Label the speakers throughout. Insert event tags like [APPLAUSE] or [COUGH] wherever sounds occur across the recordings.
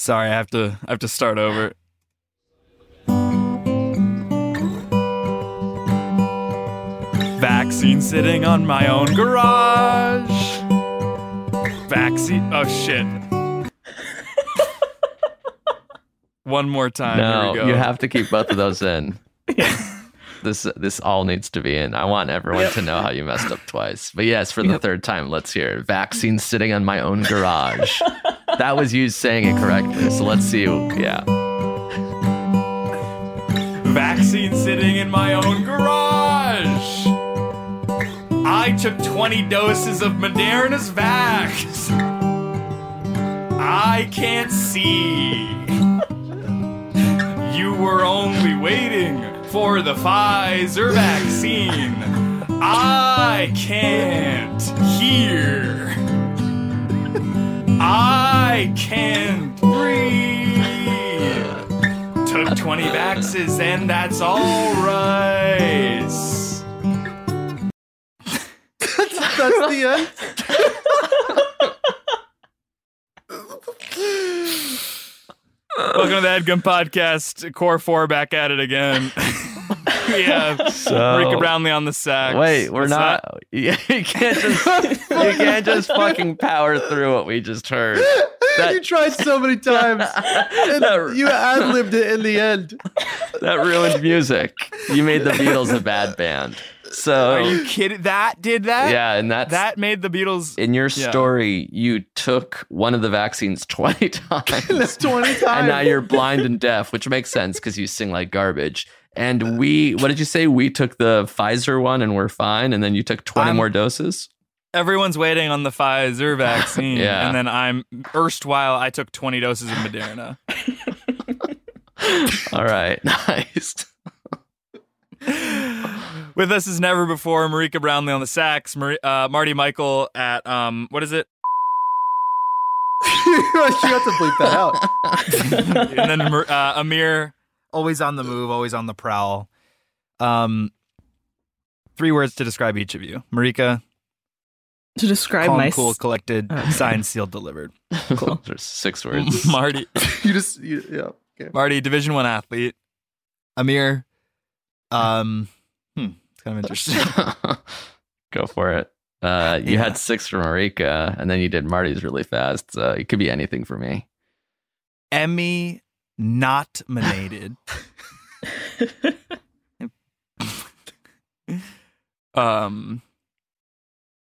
Speaker 1: Sorry, I have to I have to start over. Vaccine sitting on my own garage. Vaccine Oh
Speaker 2: [LAUGHS]
Speaker 1: shit. One more time.
Speaker 2: No,
Speaker 1: Uh, Here we go.
Speaker 2: you have to keep both of those
Speaker 1: [LAUGHS]
Speaker 2: in. this this all needs to be in. I want everyone to know how you messed up twice. But yes, for the third time, let's hear it. vaccine sitting on my own garage. that was you saying it correctly. So let's see. Yeah.
Speaker 1: Vaccine sitting in my own garage. I took 20 doses of Moderna's vax. I can't see. You were only waiting for the Pfizer vaccine. I can't hear. I can't breathe. Took 20 vaxes and that's alright.
Speaker 3: That's the end.
Speaker 1: Welcome to the Headgum Podcast. Core four back at it again. [LAUGHS] we have Rika Brownlee on the sack.
Speaker 2: Wait, we're not. [LAUGHS] You can't just. you can't just fucking power through what we just heard. That-
Speaker 3: [LAUGHS] you tried so
Speaker 2: [LAUGHS]
Speaker 3: many times. And
Speaker 2: That-
Speaker 3: you ad libbed it in the end.
Speaker 2: That ruined music. You made the Beatles a bad band.
Speaker 1: Are
Speaker 2: So
Speaker 1: you kidding? That did that?
Speaker 2: Oh. yeah, and that's
Speaker 1: That made the Beatles.
Speaker 2: in your
Speaker 1: Yeah.
Speaker 2: story. You took one of the vaccines [LAUGHS]
Speaker 3: [LAUGHS]
Speaker 2: twenty times,
Speaker 3: 20 times.
Speaker 2: and now you're blind and deaf, which makes sense because you sing like garbage. And we, what did you say? We took the Pfizer one and we're fine. And then you took 20
Speaker 1: I'm-
Speaker 2: more doses.
Speaker 1: Everyone's waiting on the Pfizer vaccine.
Speaker 2: [LAUGHS] Yeah.
Speaker 1: And then I'm erstwhile, I took 20 doses of Moderna.
Speaker 2: [LAUGHS] All right, [LAUGHS] nice.
Speaker 1: With us as never before, Marika Brownlee on the sax, Mar- uh, Marty Michael at, um, what is it?
Speaker 2: [LAUGHS]
Speaker 3: you have to bleep that
Speaker 2: [LAUGHS]
Speaker 3: out.
Speaker 1: and then Mar- uh, Amir, always on the move, always on the prowl. Um, three words to describe each of you: Marika,
Speaker 4: to describe
Speaker 1: calm,
Speaker 4: my Oh.
Speaker 1: cool, collected,
Speaker 4: Okay.
Speaker 1: signed, sealed, delivered.
Speaker 2: There's six
Speaker 3: [LAUGHS]
Speaker 2: words.
Speaker 1: [LAUGHS] Marty,
Speaker 3: You just, you, yeah. Okay.
Speaker 1: Marty, Division One athlete. Amir, um, hmm, it's kind of interesting.
Speaker 2: [LAUGHS] [LAUGHS] Go for it. Uh, you
Speaker 1: Yeah.
Speaker 2: had six for Marika, and then you did Marty's really fast. So it could be anything for me.
Speaker 1: Emmy not nominated. um,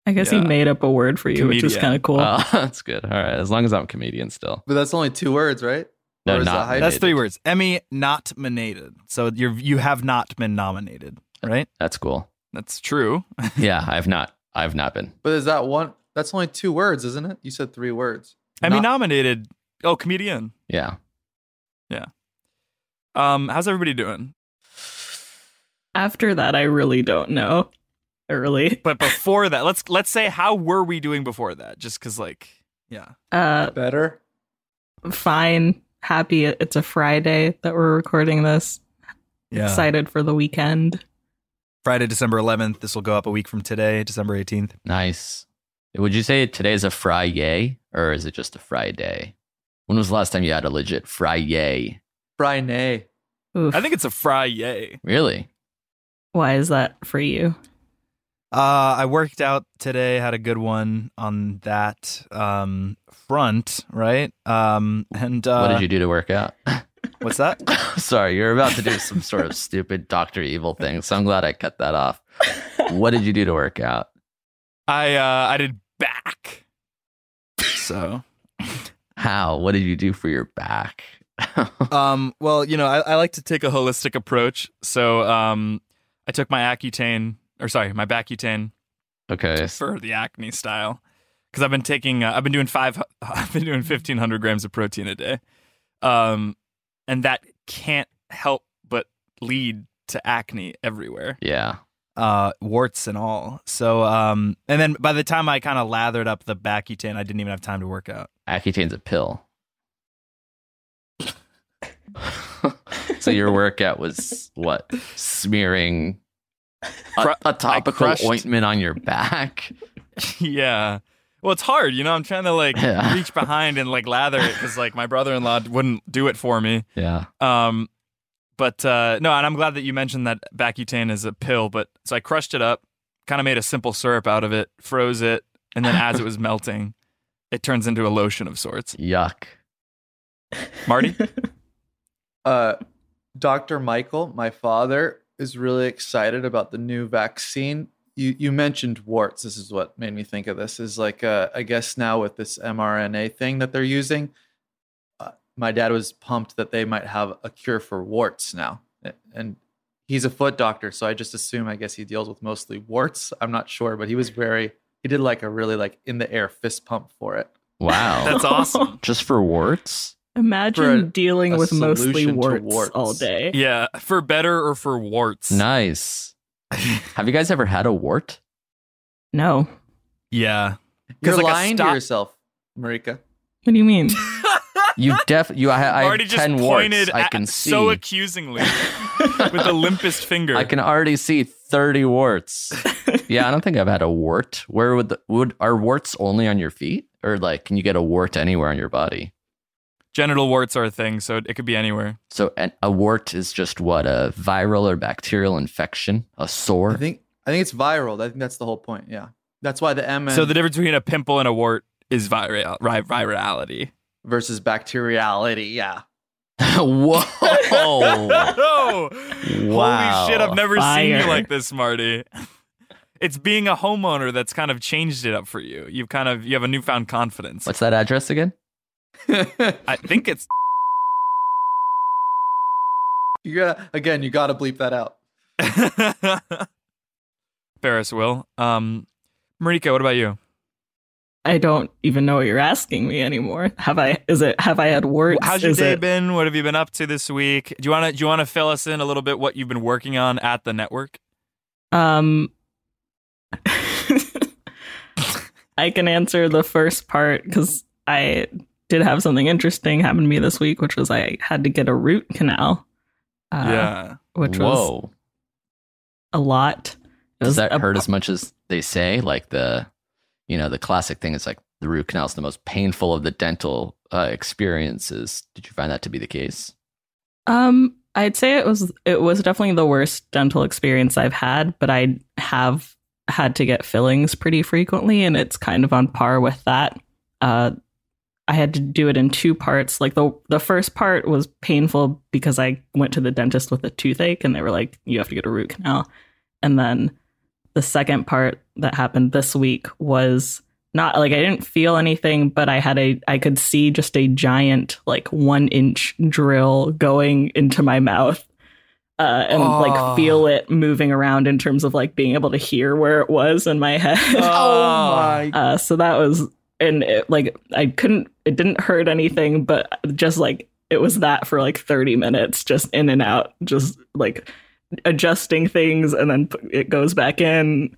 Speaker 4: I guess
Speaker 1: Yeah.
Speaker 4: he made up a word for you, which was
Speaker 1: Comedian. Uh.
Speaker 4: kind of cool.
Speaker 2: Oh, [LAUGHS] that's good. All right, as long as I'm a comedian still.
Speaker 3: But that's only two words, right?
Speaker 2: No,
Speaker 3: Or is
Speaker 2: not
Speaker 3: that hyphenated?
Speaker 1: that's three words. Emmy not nominated. So you're you have not been nominated, right?
Speaker 2: That's cool.
Speaker 1: That's true. [LAUGHS]
Speaker 2: Yeah, I've not. I've not been.
Speaker 3: But is that one? That's only two words, isn't it? You said three words.
Speaker 1: Emmy
Speaker 2: Not-
Speaker 1: nominated. Oh, comedian.
Speaker 2: Yeah.
Speaker 1: Um, how's everybody doing?
Speaker 4: After that, I really don't know. I Really,
Speaker 1: But before that, let's let's say how were we doing before that? Just because, like, yeah,
Speaker 4: uh,
Speaker 3: Better.
Speaker 4: fine, happy. It's a Friday that we're recording this. Excited for the weekend.
Speaker 1: Friday, December 11th. This will go up a week from today, December 18th.
Speaker 2: Nice. Would you say today's a Friday or is it just a Friday? When was the last time you had a legit Friday?
Speaker 3: Friday.
Speaker 4: Oof.
Speaker 1: I think it's a fry yay.
Speaker 2: Really?
Speaker 4: Why is that for you?
Speaker 1: Uh, I worked out today, had a good one on that um, front, right? Um, and uh,
Speaker 2: what did you do to work out? [LAUGHS]
Speaker 1: What's that?
Speaker 2: Sorry, you're about to do some sort of stupid Doctor Evil thing, so I'm glad I cut that off. What did you do to work out?
Speaker 1: I uh, I did back.
Speaker 2: [LAUGHS]
Speaker 1: So,
Speaker 2: How? What did you do for your back? [LAUGHS]
Speaker 1: um, well, you know, I, I like to take a holistic approach. So, um, I took my Accutane, or sorry, my Bacutane
Speaker 2: okay,
Speaker 1: for the acne style, because I've been taking, uh, I've been doing five, [LAUGHS] I've been doing fifteen hundred grams of protein a day, um, and that can't help but lead to acne everywhere.
Speaker 2: yeah.
Speaker 1: uh, warts and all. So, um, and then by the time I kind of lathered up the Bacutane, I didn't even have time to work out.
Speaker 2: Accutane's a pill. so your workout was what? Smearing a,
Speaker 1: Cru-
Speaker 2: a topical
Speaker 1: crushed-
Speaker 2: ointment on your back.
Speaker 1: [LAUGHS] yeah. Well, it's hard, you know. I'm trying to [LAUGHS] like
Speaker 2: Yeah.
Speaker 1: reach behind and like lather it because like my brother-in-law wouldn't do it for me.
Speaker 2: Yeah.
Speaker 1: Um, but uh, no, and I'm glad that you mentioned that Bacutane is a pill. But so I crushed it up, kind of made a simple syrup out of it, froze it, and then as it was melting, it turns into a lotion of sorts.
Speaker 2: Yuck.
Speaker 1: Marty,
Speaker 3: Uh, Dr. Michael, my father, is really excited about the new vaccine. You, you mentioned warts. This is what made me think of this. Is like uh, I guess now with this mRNA thing that they're using, uh, my dad was pumped that they might have a cure for warts now. A- And he's a foot doctor, so I just assume I guess he deals with mostly warts. I'm not sure, but he was very he did like a really like in the air fist pump for it.
Speaker 2: Wow.
Speaker 4: [LAUGHS]
Speaker 1: that's awesome.
Speaker 2: Just for warts?
Speaker 4: Imagine
Speaker 3: a-
Speaker 4: dealing
Speaker 3: a
Speaker 4: with mostly
Speaker 3: solution to
Speaker 4: warts,
Speaker 3: warts.
Speaker 4: all day.
Speaker 1: Yeah, for better or for warts.
Speaker 2: Nice. Have you guys ever had a wart?
Speaker 4: No.
Speaker 1: Yeah. 'Cause,
Speaker 3: You're
Speaker 1: like, a
Speaker 3: lying to
Speaker 1: stop-
Speaker 3: yourself, Marika.
Speaker 4: What do you mean? [LAUGHS]
Speaker 2: You def you I, I
Speaker 1: Marty
Speaker 2: have
Speaker 1: just
Speaker 2: ten warts.
Speaker 1: pointed
Speaker 2: I
Speaker 1: at-
Speaker 2: can see
Speaker 1: so accusingly with
Speaker 2: [LAUGHS]
Speaker 1: the limpest finger.
Speaker 2: I can already see 30 warts. yeah, I don't think I've had a wart. Where would the would are warts only on your feet? Or like can you get a wart anywhere on your body?
Speaker 1: Genital warts are a thing, so it could be anywhere.
Speaker 2: So an, a wart is just what a viral or bacterial infection, a
Speaker 3: I
Speaker 2: sore.
Speaker 3: think I think it's viral. I think that's the whole point. Yeah, that's why the M and
Speaker 1: So the difference between a pimple and a wart is viral, ri- virality.
Speaker 3: versus bacteriality. Yeah,
Speaker 2: [LAUGHS]
Speaker 3: [LAUGHS]
Speaker 1: [LAUGHS]
Speaker 2: Whoa.
Speaker 1: Oh,
Speaker 2: Wow.
Speaker 1: holy shit! I've never seen
Speaker 4: Fire.
Speaker 1: you like this, Marty. It's being a homeowner that's kind of changed it up for you. You've kind of you have a newfound confidence.
Speaker 2: What's that address again?
Speaker 1: I think it's [LAUGHS]
Speaker 3: you gotta again. You gotta bleep that out.
Speaker 1: Ferris will. Um, Marika, what about you?
Speaker 4: I don't even know what you're asking me anymore. Have I? Is it? Have I had warts?
Speaker 1: How's your
Speaker 4: Is
Speaker 1: day
Speaker 4: it-
Speaker 1: been? What have you been up to this week? Do you want to do you want to fill us in a little bit what you've been working on at the network?
Speaker 4: Um, [LAUGHS] I can answer the first part because I did have something interesting happen to me this week, which was I had to get a root canal. Uh, which was
Speaker 2: Whoa.
Speaker 4: a lot. It
Speaker 2: Does
Speaker 4: was
Speaker 2: that
Speaker 4: a-
Speaker 2: hurt as much as they say? Like the you know, the classic thing is like the root canal is the most painful of the dental uh, experiences. Did you find that to be the case?
Speaker 4: Um, I'd say it was it was definitely the worst dental experience I've had, but I have had to get fillings pretty frequently, and it's kind of on par with that. Uh, I had to do it in two parts. Like the the first part was painful because I went to the dentist with a toothache, and they were like, "You have to get a root canal." And then the second part that happened this week was not like I didn't feel anything, but I had a I could see just a giant like one inch drill going into my mouth. Uh, and
Speaker 1: Oh.
Speaker 4: like feel it moving around in terms of like being able to hear where it was in my head. [LAUGHS]
Speaker 1: Oh.
Speaker 4: Uh, so that was, and it, like I couldn't, it didn't hurt anything, but just like it was that for like 30 minutes, just in and out, just like adjusting things and then p- it goes back in.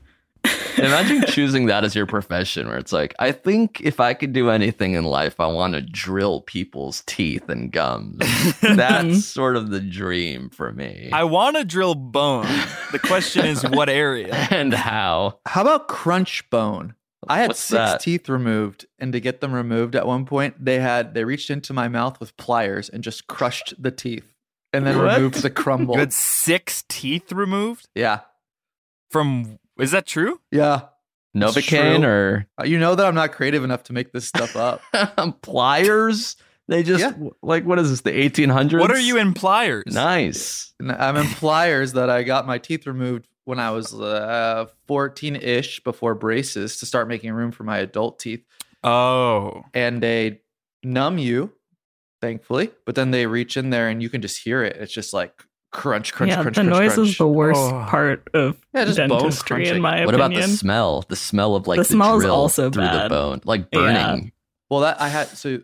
Speaker 2: Imagine choosing that as your profession, where it's like, I think if I could do anything in life, I want to drill people's teeth and
Speaker 1: [LAUGHS]
Speaker 2: gums. That's sort of the dream for me.
Speaker 1: [LAUGHS] I want to drill bone. The question is what area?
Speaker 2: [LAUGHS] and how?
Speaker 3: How about crunch bone? I had
Speaker 2: What's
Speaker 3: six
Speaker 2: that?
Speaker 3: teeth removed, and to get them removed at one point, they had they reached into my mouth with pliers and just crushed the teeth, and then
Speaker 2: What? [LAUGHS]
Speaker 3: removed the crumble.
Speaker 1: You had six teeth removed
Speaker 3: yeah,
Speaker 1: from Is that true?
Speaker 3: Yeah.
Speaker 2: Novocaine
Speaker 3: true.
Speaker 2: or
Speaker 3: Uh, You know that I'm not creative enough to make this stuff up.
Speaker 2: [LAUGHS] pliers? They just like what is this? The 1800s?
Speaker 1: What are you in pliers?
Speaker 2: Nice.
Speaker 3: And I'm in pliers that I got my teeth removed when I was 14 ish before braces to start making room for my adult teeth.
Speaker 1: Oh,
Speaker 3: And they numb you, thankfully, but then they reach in there and you can just hear it. It's just like crunch, crunch,
Speaker 4: yeah,
Speaker 3: crunch,
Speaker 4: the
Speaker 3: crunch.
Speaker 4: noise
Speaker 3: crunch.
Speaker 4: is the worst
Speaker 1: Oh.
Speaker 4: part of
Speaker 3: Yeah, just bone
Speaker 4: dentistry, in
Speaker 3: crunching.
Speaker 4: my
Speaker 2: What about
Speaker 4: opinion.
Speaker 2: the smell? The smell of like
Speaker 4: The
Speaker 2: the,
Speaker 4: smell is
Speaker 2: drill
Speaker 4: also
Speaker 2: through
Speaker 4: bad.
Speaker 2: the bone, like
Speaker 4: Yeah.
Speaker 2: burning.
Speaker 3: Well, that I had so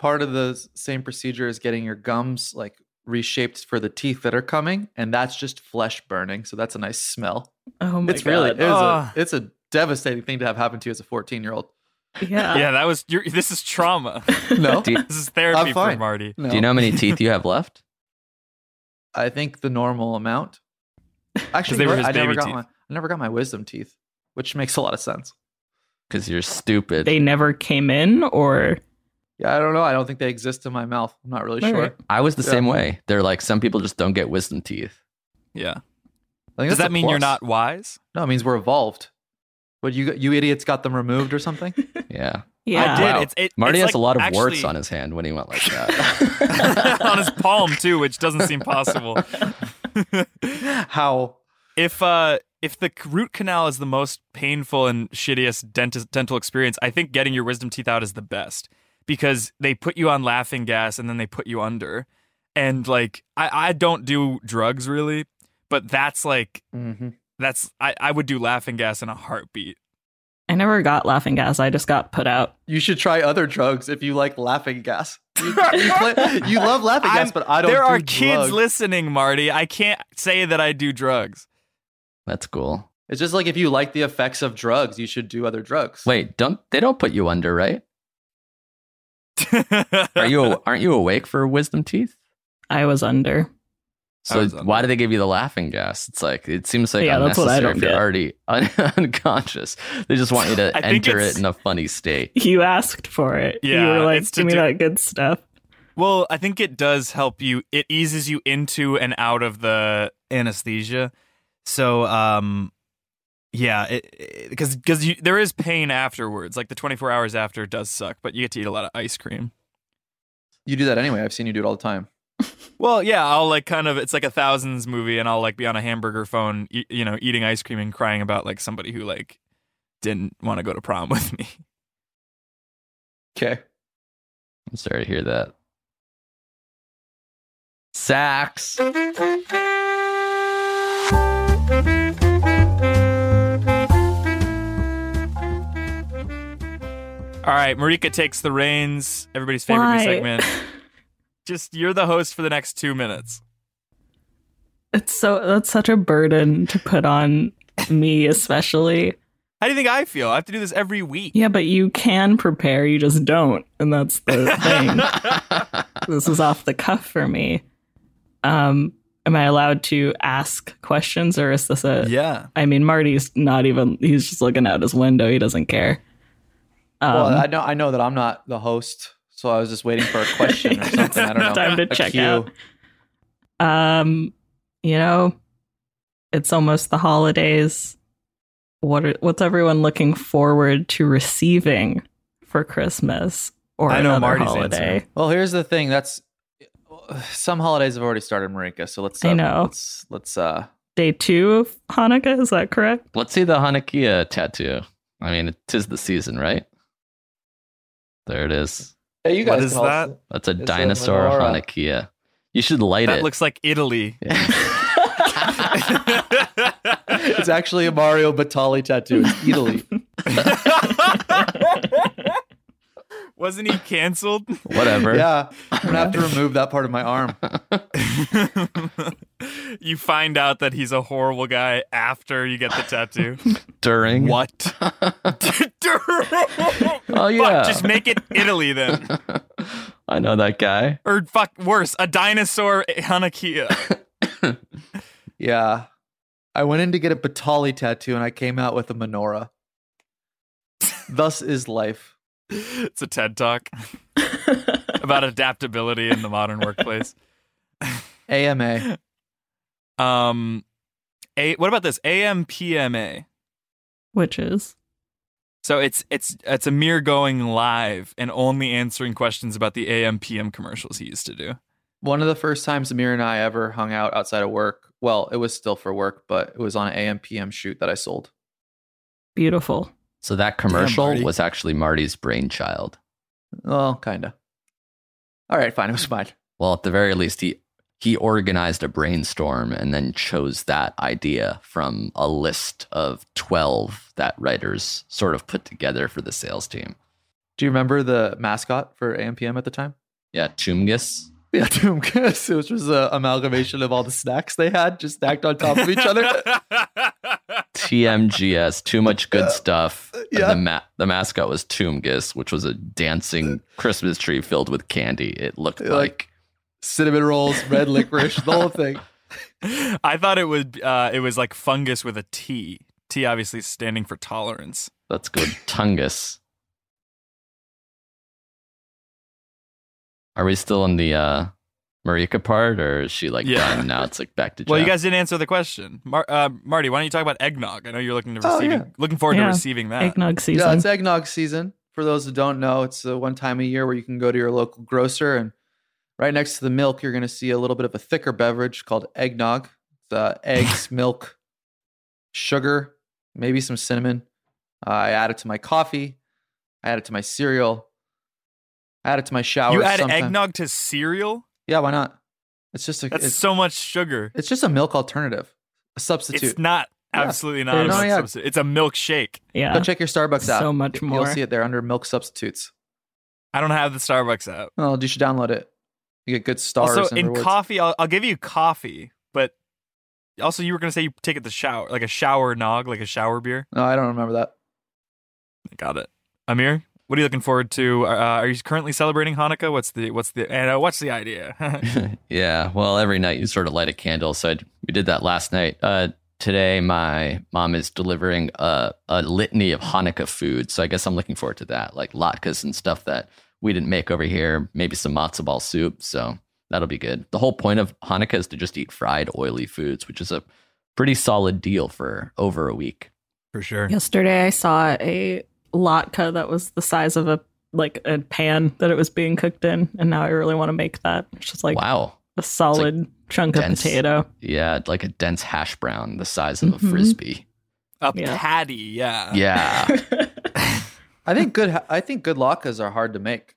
Speaker 3: part of the s- same procedure is getting your gums like reshaped for the teeth that are coming, and that's just flesh burning. So that's a nice smell.
Speaker 4: oh my
Speaker 3: it's
Speaker 4: god!
Speaker 3: really it was
Speaker 1: Ah.
Speaker 3: a, it's a devastating thing to have happen to you as a 14 year old.
Speaker 4: yeah.
Speaker 3: [LAUGHS]
Speaker 1: yeah. That was. You're, this is trauma. [LAUGHS]
Speaker 4: [LAUGHS] Oh,
Speaker 3: No,
Speaker 2: Do you-
Speaker 1: this is therapy
Speaker 3: I'm
Speaker 1: for
Speaker 3: fine.
Speaker 1: Marty.
Speaker 3: no.
Speaker 2: Do you know how many teeth you have left?
Speaker 3: I think the normal
Speaker 4: [LAUGHS]
Speaker 3: amount. Actually,
Speaker 1: they were
Speaker 3: what?
Speaker 1: his
Speaker 3: I never
Speaker 1: baby
Speaker 3: got
Speaker 1: teeth.
Speaker 3: my I never got my wisdom teeth, which makes a lot of sense.
Speaker 2: Because you're stupid.
Speaker 4: They never came in, or
Speaker 3: Yeah, I don't know. I don't think they exist in my mouth. I'm not really
Speaker 4: All
Speaker 3: sure.
Speaker 4: right.
Speaker 2: I was the
Speaker 3: Yeah.
Speaker 2: same way. They're like some people just don't get wisdom
Speaker 1: [LAUGHS]
Speaker 2: teeth.
Speaker 1: Yeah.
Speaker 3: I think
Speaker 1: Does
Speaker 3: that's
Speaker 1: that
Speaker 3: a
Speaker 1: mean you're
Speaker 3: plus.
Speaker 1: not wise?
Speaker 3: No, it means we're evolved. But you you idiots got them removed
Speaker 4: [LAUGHS]
Speaker 3: or something? [LAUGHS]
Speaker 2: Yeah.
Speaker 4: yeah,
Speaker 1: I did.
Speaker 2: Wow.
Speaker 1: It's, it,
Speaker 2: Marty
Speaker 1: it's
Speaker 2: has
Speaker 1: like
Speaker 2: a lot of
Speaker 1: actually,
Speaker 2: warts on his hand when he went like that.
Speaker 1: [LAUGHS] on his palm too, which doesn't seem possible.
Speaker 3: How?
Speaker 1: if uh if the c- root canal is the most painful and shittiest dentist, dental experience, I think getting your wisdom teeth out is the best because they put you on laughing gas and then they put you under. And like I, I don't do drugs really, but that's like
Speaker 4: Mm-hmm.
Speaker 3: Mhm.
Speaker 1: that's I, I would do laughing gas in a heartbeat.
Speaker 4: I never got laughing gas. I just got put out.
Speaker 3: You should try other drugs if you like laughing gas.
Speaker 4: [LAUGHS]
Speaker 3: You, you play- you love laughing gas,
Speaker 1: I'm-
Speaker 3: but I don't.
Speaker 1: there
Speaker 3: do
Speaker 1: are kids
Speaker 3: drugs.
Speaker 1: listening, Marty. I can't say that I do drugs.
Speaker 2: That's cool.
Speaker 3: It's just like if you like the effects of drugs, you should do other drugs.
Speaker 2: Wait, don't they don't put you under, right?
Speaker 1: [LAUGHS]
Speaker 2: Are you aren't you awake for wisdom teeth?
Speaker 4: I was under.
Speaker 1: I
Speaker 2: So
Speaker 1: was under.
Speaker 2: why do they give you the laughing gas? It's like it seems like
Speaker 4: Yeah, that's what I
Speaker 2: unnecessary
Speaker 4: don't
Speaker 2: if you're
Speaker 4: get.
Speaker 2: already un- [LAUGHS] unconscious. They just want you to
Speaker 1: [LAUGHS] I think
Speaker 2: enter
Speaker 1: it's-
Speaker 2: it in a funny state.
Speaker 4: You asked for it. you
Speaker 1: Yeah,
Speaker 4: were like,
Speaker 1: it's to
Speaker 4: "Give me
Speaker 1: do-
Speaker 4: that good stuff."
Speaker 1: Well, I think it does help you. It eases you into and out of the anesthesia. So, um, yeah, because because there is pain afterwards. Like the twenty four hours after does suck, but you get to eat a lot of ice cream.
Speaker 3: You do that anyway. I've seen you do it all the time.
Speaker 1: Well, yeah, I'll like kind of it's like a thousands movie, and I'll like be on a hamburger phone, e- you know, eating ice cream and crying about like somebody who like didn't want to go to prom [LAUGHS] with me.
Speaker 3: Okay.
Speaker 2: I'm sorry to hear that. Sax.
Speaker 1: All right, Marika takes the reins. Everybody's favorite new
Speaker 4: Why? [LAUGHS]
Speaker 1: segment. Just you're the host for the next two minutes.
Speaker 4: It's so that's such a burden to put on me, especially.
Speaker 1: How do you think I feel? I have to do this every week.
Speaker 4: Yeah, but you can prepare. You just don't, and that's the thing.
Speaker 1: [LAUGHS]
Speaker 4: this is off the cuff for me. Um, am I allowed to ask questions, or is this a? I
Speaker 1: Yeah.
Speaker 4: mean, Marty's not even. He's just looking out his window. He doesn't care. Um,
Speaker 3: well, I know I know that I'm not the host, so I was just waiting for a
Speaker 4: [LAUGHS]
Speaker 3: question or something. I don't know.
Speaker 4: Time to
Speaker 3: A
Speaker 4: check
Speaker 3: cue.
Speaker 4: out. um, you know, it's almost the holidays. What are, what's everyone looking forward to receiving for Christmas or
Speaker 1: I know
Speaker 4: another
Speaker 1: Marty's
Speaker 4: holiday?
Speaker 1: answer.
Speaker 3: Well, here's the thing. That's some holidays have already started, Marika. So let's. uh,
Speaker 4: I know.
Speaker 3: Let's. let's uh,
Speaker 4: Day two of Hanukkah, is that correct?
Speaker 2: Let's see the Hanukkah tattoo. I mean, it tis the season, right? There it is.
Speaker 3: hey, you
Speaker 1: What
Speaker 3: guys
Speaker 1: is
Speaker 3: can
Speaker 1: that?
Speaker 3: also-
Speaker 2: That's a
Speaker 3: a
Speaker 2: dinosaur
Speaker 3: menorah.
Speaker 2: Hanukkah. You should light
Speaker 1: That
Speaker 2: it.
Speaker 1: looks like Italy.
Speaker 3: it's actually a Mario Batali tattoo.
Speaker 4: [LAUGHS]
Speaker 3: It's Italy.
Speaker 1: Wasn't he canceled? [LAUGHS]
Speaker 2: Whatever.
Speaker 3: yeah, I'm gonna have to remove that part of my arm.
Speaker 1: you find out that he's a horrible guy after you get the tattoo. [LAUGHS]
Speaker 2: During.
Speaker 1: what?
Speaker 2: Oh yeah.
Speaker 1: Fuck, just make it Italy [LAUGHS] then.
Speaker 2: I know that guy.
Speaker 1: Or fuck, worse, a dinosaur
Speaker 3: [LAUGHS]
Speaker 1: Hanukkah.
Speaker 3: Yeah, I went in to get a Batali tattoo, and I came out with a menorah. Thus is life.
Speaker 1: It's a TED
Speaker 3: [LAUGHS]
Speaker 1: talk about adaptability in the modern workplace.
Speaker 3: AMA.
Speaker 1: Um, a what about this AMPMA?
Speaker 4: which is
Speaker 1: So it's it's it's a mere going live and only answering questions about the AM PM commercials he used to do.
Speaker 3: One of the first times Amir and I ever hung out outside of work. Well, it was still for work, but it was on an AM PM shoot that I sold.
Speaker 4: beautiful.
Speaker 2: So that commercial
Speaker 1: Marty.
Speaker 2: was actually Marty's brainchild.
Speaker 3: Well, kinda. All right, fine. It was mine.
Speaker 2: Well, at the very least, he he organized a brainstorm and then chose that idea from a list of twelve that writers sort of put together for the sales team.
Speaker 3: Do you remember the mascot for AM PM at the time?
Speaker 2: Yeah, Chumgus.
Speaker 3: Yeah, [LAUGHS] Doomkiss, which was an amalgamation of all the snacks they had, just stacked on top of each other. [LAUGHS]
Speaker 2: TMGS, too much good stuff. And
Speaker 3: Yeah.
Speaker 2: The, ma- the mascot was Toomgis, which was a dancing Christmas tree filled with candy. It looked
Speaker 3: Like-
Speaker 2: like
Speaker 3: Cinnamon rolls, red licorice, the whole thing.
Speaker 1: [LAUGHS] I thought it would uh, it was like fungus with a T. T obviously standing for tolerance.
Speaker 2: let's go Tungus. Are we still in the uh, Marika part, or is she like
Speaker 1: Yeah.
Speaker 2: done now? It's like back to
Speaker 1: Well, you
Speaker 2: Jeff.
Speaker 1: guys didn't answer the question, Mar- uh, Marty. Why don't you talk about eggnog? I know you're looking to
Speaker 3: Oh,
Speaker 1: receiving,
Speaker 3: yeah.
Speaker 1: looking forward to
Speaker 4: Yeah.
Speaker 1: receiving that.
Speaker 4: Eggnog season.
Speaker 3: Yeah, it's eggnog season. For those that don't know, it's the one time a year where you can go to your local grocer and right next to the milk, you're going to see a little bit of a thicker beverage called eggnog. It's uh,
Speaker 1: [LAUGHS]
Speaker 3: eggs, milk, sugar, maybe some cinnamon. Uh, I add it to my coffee. I add it to my cereal. I add it to my shower.
Speaker 1: You add
Speaker 3: sometime.
Speaker 1: eggnog to cereal?
Speaker 3: Yeah, why not? It's just a
Speaker 1: That's
Speaker 3: it's,
Speaker 1: so much sugar.
Speaker 3: it's just a milk alternative, a substitute.
Speaker 1: It's not
Speaker 3: Yeah.
Speaker 1: absolutely not.
Speaker 4: There's-
Speaker 1: a milk
Speaker 3: No, Oh, yeah.
Speaker 1: substitute. It's a milkshake.
Speaker 4: yeah.
Speaker 3: Go check your Starbucks app.
Speaker 4: So much
Speaker 3: You'll
Speaker 4: more.
Speaker 3: see it there under milk substitutes.
Speaker 1: I don't have the Starbucks app.
Speaker 3: Well, Oh, you should download it. You get good stars.
Speaker 1: also,
Speaker 3: and
Speaker 1: in
Speaker 3: rewards.
Speaker 1: coffee, I'll, I'll give you coffee, but also you were gonna say you take it the shower, like a shower nog, like a shower beer.
Speaker 3: No, I don't remember that.
Speaker 1: Got it. Amir, what are you looking forward to? Uh, are you currently celebrating Hanukkah? What's the what's the and uh, what's the idea? [LAUGHS]
Speaker 2: [LAUGHS] yeah. Well, every night you sort of light a candle. So I, we did that last night. Uh, today, my mom is delivering a, a litany of Hanukkah food. So I guess I'm looking forward to that, like latkes and stuff that we didn't make over here, maybe some matzo ball soup. So that'll be good. The whole point of Hanukkah is to just eat fried, oily foods, which is a pretty solid deal for over a week.
Speaker 1: For sure.
Speaker 4: Yesterday I saw a latke that was the size of a like a pan that it was being cooked in, and now I really want to make that. It's just like
Speaker 2: wow.
Speaker 4: a solid chunk
Speaker 2: dense.
Speaker 4: of potato.
Speaker 2: Yeah. Like a dense hash brown the size of
Speaker 4: Mhm.
Speaker 2: a frisbee.
Speaker 1: A
Speaker 4: Yeah.
Speaker 1: patty, yeah.
Speaker 4: [LAUGHS]
Speaker 2: Yeah.
Speaker 3: I think good. ha- I think good latkes are hard to make.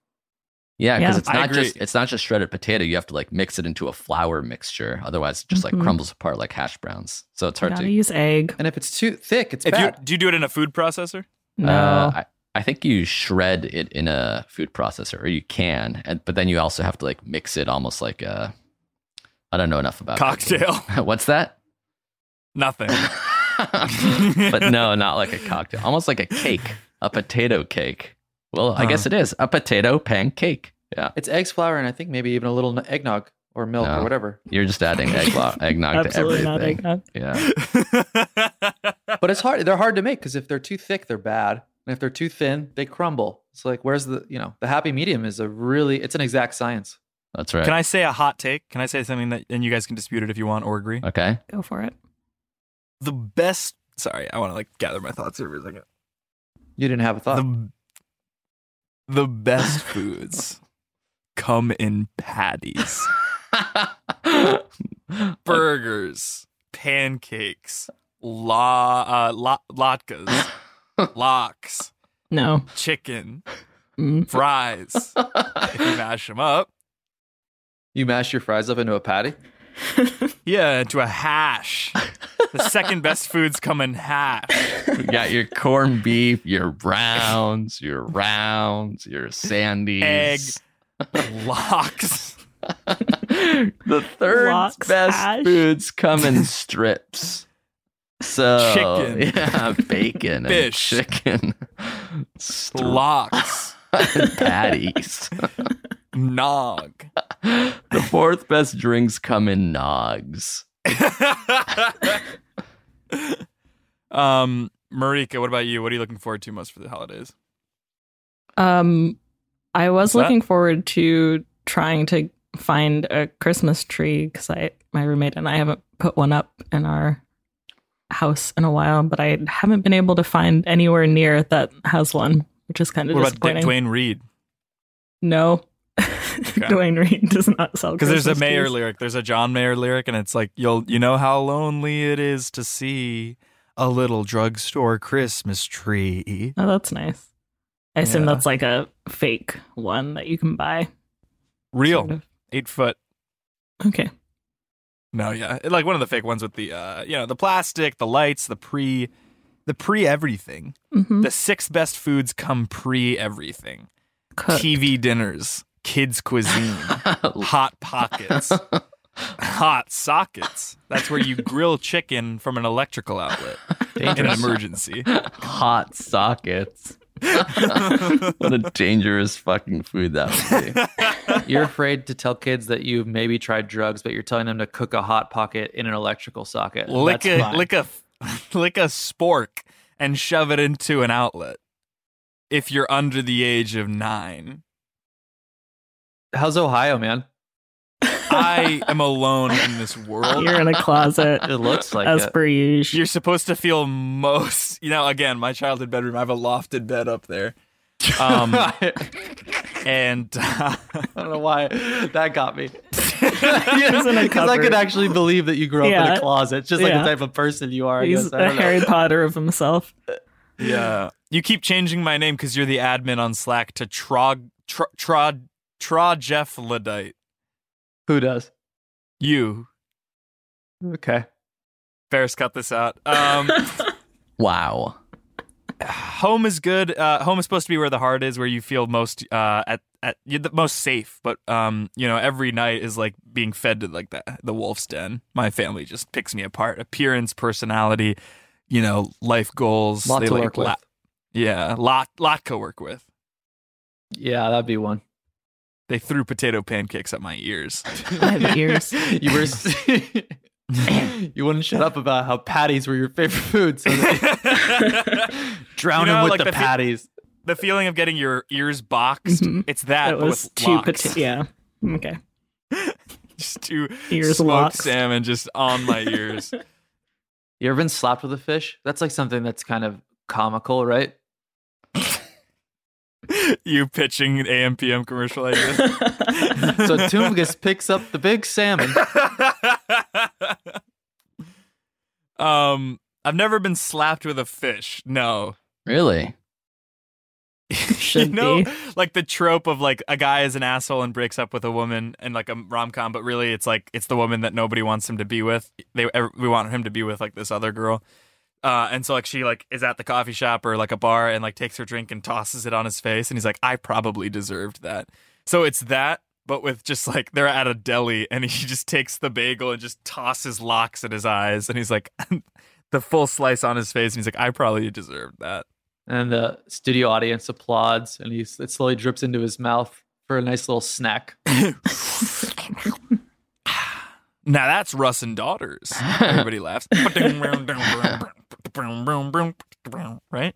Speaker 2: Yeah, because
Speaker 4: Yeah.
Speaker 2: it's
Speaker 1: I
Speaker 2: not
Speaker 1: agree.
Speaker 2: just it's not just shredded potato. You have to like mix it into a flour mixture. Otherwise, it just like
Speaker 4: Mhm.
Speaker 2: crumbles apart like hash browns. So it's hard
Speaker 4: Gotta
Speaker 2: to.
Speaker 4: use egg.
Speaker 3: And if it's too thick, it's
Speaker 1: If you
Speaker 3: bad.
Speaker 1: do you do it in a food processor?
Speaker 4: No.
Speaker 2: Uh, I, I think you shred it in a food processor, or you can, and, but then you also have to like mix it almost like a. I don't know enough about cooking.
Speaker 1: Cocktail. [LAUGHS]
Speaker 2: [LAUGHS] What's that? [LAUGHS]
Speaker 1: Nothing.
Speaker 2: but no,
Speaker 1: [LAUGHS]
Speaker 2: not like a cocktail. Almost like a cake, a potato cake. Well, I
Speaker 1: Huh.
Speaker 2: guess it is a potato pancake. Yeah,
Speaker 3: it's eggs, flour, and I think maybe even a little n- eggnog or milk
Speaker 2: No.
Speaker 1: [LAUGHS]
Speaker 3: or whatever.
Speaker 2: you're just adding egg lo- eggnog to
Speaker 4: Absolutely
Speaker 2: everything.
Speaker 4: not
Speaker 1: uh,
Speaker 4: eggnog.
Speaker 2: Yeah.
Speaker 3: But it's hard. They're hard to make because if they're too thick, they're bad. And if they're too thin, they crumble. It's like where's the you know the happy medium is a really it's an exact science.
Speaker 2: That's right.
Speaker 1: Can I say a hot take? Can I say something that and you guys can dispute it if you want or agree?
Speaker 2: okay.
Speaker 4: Go for it.
Speaker 1: The best sorry, I want to like gather my thoughts here for a second.
Speaker 3: You didn't have a thought.
Speaker 1: The the best foods come in patties. burgers, pancakes, la uh, la- latkes, locks,
Speaker 4: No.
Speaker 1: chicken,
Speaker 4: Mm.
Speaker 1: fries. if you mash them up,
Speaker 3: you mash your fries up into a patty.
Speaker 1: yeah, into a hash. The second best foods come in hash.
Speaker 2: you got your corned beef, your browns, your rounds, your sandies.
Speaker 1: Egg. Locks.
Speaker 2: [LAUGHS] The third
Speaker 4: Lox
Speaker 2: best
Speaker 4: hash.
Speaker 2: foods come in strips. So
Speaker 1: Chicken.
Speaker 2: yeah, bacon, and
Speaker 1: Fish.
Speaker 2: chicken,
Speaker 1: [LAUGHS]
Speaker 2: Stri-
Speaker 1: Locks.
Speaker 2: patties.
Speaker 1: Nog.
Speaker 2: the fourth best drinks come in nogs.
Speaker 1: um, Marika, what about you? What are you looking forward to most for the holidays?
Speaker 4: Um, I
Speaker 1: What's
Speaker 4: was
Speaker 1: that?
Speaker 4: looking forward to trying to find a Christmas tree because I my roommate and I haven't put one up in our house in a while, but I haven't been able to find anywhere near that has one, which is kind of
Speaker 1: What about
Speaker 4: disappointing.
Speaker 1: Dick Dwayne Reed?
Speaker 4: No. [LAUGHS] Dwayne Reed does
Speaker 1: [LAUGHS]
Speaker 4: not sell
Speaker 1: Because there's a
Speaker 4: Christmas
Speaker 1: Mayer
Speaker 4: trees.
Speaker 1: lyric, there's a John Mayer lyric, and it's like you'll you know how lonely it is to see a little drugstore Christmas tree.
Speaker 4: Oh, that's nice. I assume
Speaker 1: Yeah.
Speaker 4: that's like a fake one that you can buy.
Speaker 1: Real
Speaker 4: sort of.
Speaker 1: eight foot.
Speaker 4: Okay.
Speaker 1: No, yeah, like one of the fake ones with the uh, you know, the plastic, the lights, the pre, the pre everything.
Speaker 4: Mm-hmm.
Speaker 1: The six best foods come pre everything. TV dinners, kids cuisine, hot pockets, hot sockets. That's where you grill chicken from an electrical outlet in an
Speaker 2: Dangerous.
Speaker 1: emergency.
Speaker 2: Hot sockets. what a dangerous fucking food that would be.
Speaker 3: [LAUGHS] You're afraid to tell kids that you've maybe tried drugs, but you're telling them to cook a hot pocket in an electrical socket.
Speaker 1: lick
Speaker 3: That's
Speaker 1: a
Speaker 3: fine.
Speaker 1: lick a [LAUGHS] lick a spork and shove it into an outlet if you're under the age of nine
Speaker 3: How's Ohio, man?
Speaker 1: i am alone in this world
Speaker 4: You're in a
Speaker 1: [LAUGHS]
Speaker 4: closet [LAUGHS]
Speaker 3: It looks like
Speaker 4: as
Speaker 3: it.
Speaker 4: per usual.
Speaker 1: you're supposed to feel most you know again my childhood bedroom i have a lofted bed up there
Speaker 4: [LAUGHS]
Speaker 1: [LAUGHS] um
Speaker 3: I
Speaker 1: and [LAUGHS]
Speaker 3: [LAUGHS] don't know why that got me.
Speaker 4: [LAUGHS]
Speaker 3: [LAUGHS]
Speaker 4: He's in a
Speaker 3: Because I could
Speaker 4: cupboard.
Speaker 3: actually believe that you grew up in
Speaker 4: Yeah.
Speaker 3: a closet, just like
Speaker 4: Yeah.
Speaker 3: the type of person you are. I
Speaker 4: He's
Speaker 3: guess. I
Speaker 4: a
Speaker 3: don't know.
Speaker 4: Harry Potter of
Speaker 3: [LAUGHS]
Speaker 4: himself.
Speaker 1: yeah you keep changing my name because you're the admin on slack to trog tro, trod tro jeff ludite
Speaker 3: Who does?
Speaker 1: you
Speaker 3: Okay.
Speaker 1: ferris cut this out um
Speaker 2: Wow.
Speaker 1: home is good. Uh, home is supposed to be where the heart is, where you feel most uh, at at you're the most safe. But um, you know, every night is like being fed to like the the wolf's den. My family just picks me apart: appearance, personality, you know, life goals.
Speaker 3: Lot
Speaker 1: They,
Speaker 3: to
Speaker 1: like,
Speaker 3: work with.
Speaker 1: lot- yeah, lot lot to work with.
Speaker 3: Yeah, that'd be one.
Speaker 1: They threw potato pancakes at my ears.
Speaker 4: [LAUGHS] I have ears.
Speaker 3: [LAUGHS] you were. s- you wouldn't shut up about how patties were your favorite food. So drown [LAUGHS]
Speaker 1: You
Speaker 3: him
Speaker 1: know,
Speaker 3: with
Speaker 1: like
Speaker 3: the,
Speaker 1: the fe-
Speaker 3: patties.
Speaker 1: the feeling of getting your ears boxed.
Speaker 3: Mm-hmm.
Speaker 4: Mhm.
Speaker 1: It's that
Speaker 4: it
Speaker 1: but
Speaker 4: was
Speaker 1: with
Speaker 4: too
Speaker 1: locks.
Speaker 4: pati-
Speaker 3: [LAUGHS]
Speaker 4: Yeah. Okay. [LAUGHS]
Speaker 1: Just two
Speaker 4: Ears
Speaker 1: smoked
Speaker 4: locked.
Speaker 1: salmon just on my ears.
Speaker 3: You ever been slapped with a fish? That's like something that's kind of comical, right?
Speaker 1: you pitching an AMPM commercial idea.
Speaker 3: So Toomgus picks up the big salmon.
Speaker 1: [LAUGHS] um, I've never been slapped with a fish. No.
Speaker 2: Really? [LAUGHS]
Speaker 1: [LAUGHS] You
Speaker 4: [LAUGHS] Should
Speaker 1: know,
Speaker 4: be.
Speaker 1: like the trope of like a guy is an asshole and breaks up with a woman and like a rom com, but really it's like it's the woman that nobody wants him to be with. They ev- we want him to be with like this other girl, uh, and so like she like is at the coffee shop or like a bar and like takes her drink and tosses it on his face, and he's like, I probably deserved that. So it's that, but with just like they're at a deli and [LAUGHS] he just takes the bagel and just tosses locks at his eyes, and he's like, [LAUGHS] the full slice on his face, and he's like, I probably deserved that.
Speaker 3: And the studio audience applauds, and he's, it slowly drips into his mouth for a nice little snack.
Speaker 1: [SIGHS] Now that's Russ and Daughters. Everybody laughs. right?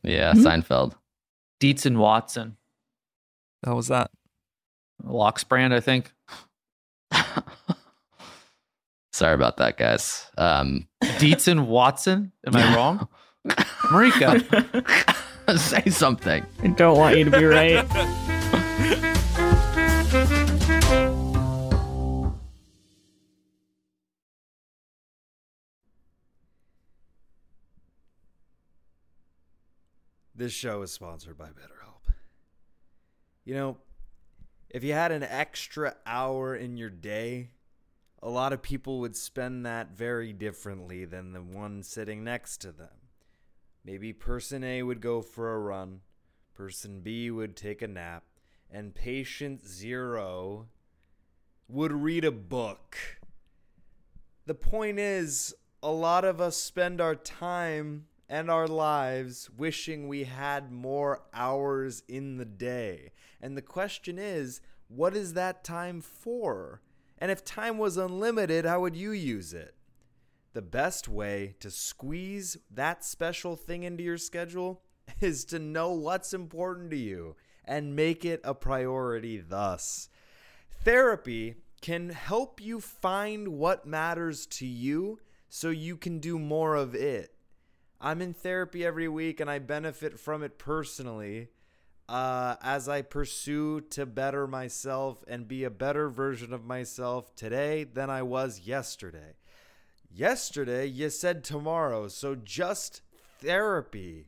Speaker 2: Yeah,
Speaker 4: Mhm.
Speaker 2: Seinfeld.
Speaker 3: Dietz and Watson,
Speaker 1: How was that?
Speaker 3: Locks brand, I think.
Speaker 2: Sorry about that, guys. Um,
Speaker 3: Dietz and Watson, am I wrong? Marika,
Speaker 2: [LAUGHS] say something.
Speaker 4: I don't want you to be right.
Speaker 3: [LAUGHS]
Speaker 5: This show is sponsored by BetterHelp. You know, if you had an extra hour in your day, a lot of people would spend that very differently than the one sitting next to them. Maybe person A would go for a run, person B would take a nap, and patient zero would read a book. The point is, a lot of us spend our time and our lives wishing we had more hours in the day. And the question is, what is that time for? And if time was unlimited, how would you use it? The best way to squeeze that special thing into your schedule [LAUGHS] is to know what's important to you and make it a priority thus. Therapy can help you find what matters to you so you can do more of it.
Speaker 6: I'm in therapy every week and I benefit from it personally uh, as I pursue to better myself and be a better version of myself today than I was yesterday. Yesterday, you said tomorrow, so just therapy.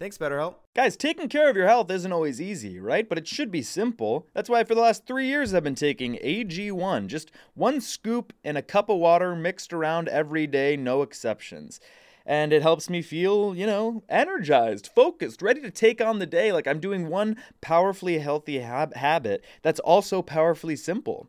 Speaker 6: Thanks, BetterHelp.
Speaker 5: Guys, taking care of your health isn't always easy, right? But it should be simple. That's why for the last three years I've been taking AG1, just one scoop in a cup of water mixed around every day, no exceptions. And it helps me feel, you know, energized, focused, ready to take on the day. Like I'm doing one powerfully healthy hab- habit that's also powerfully simple.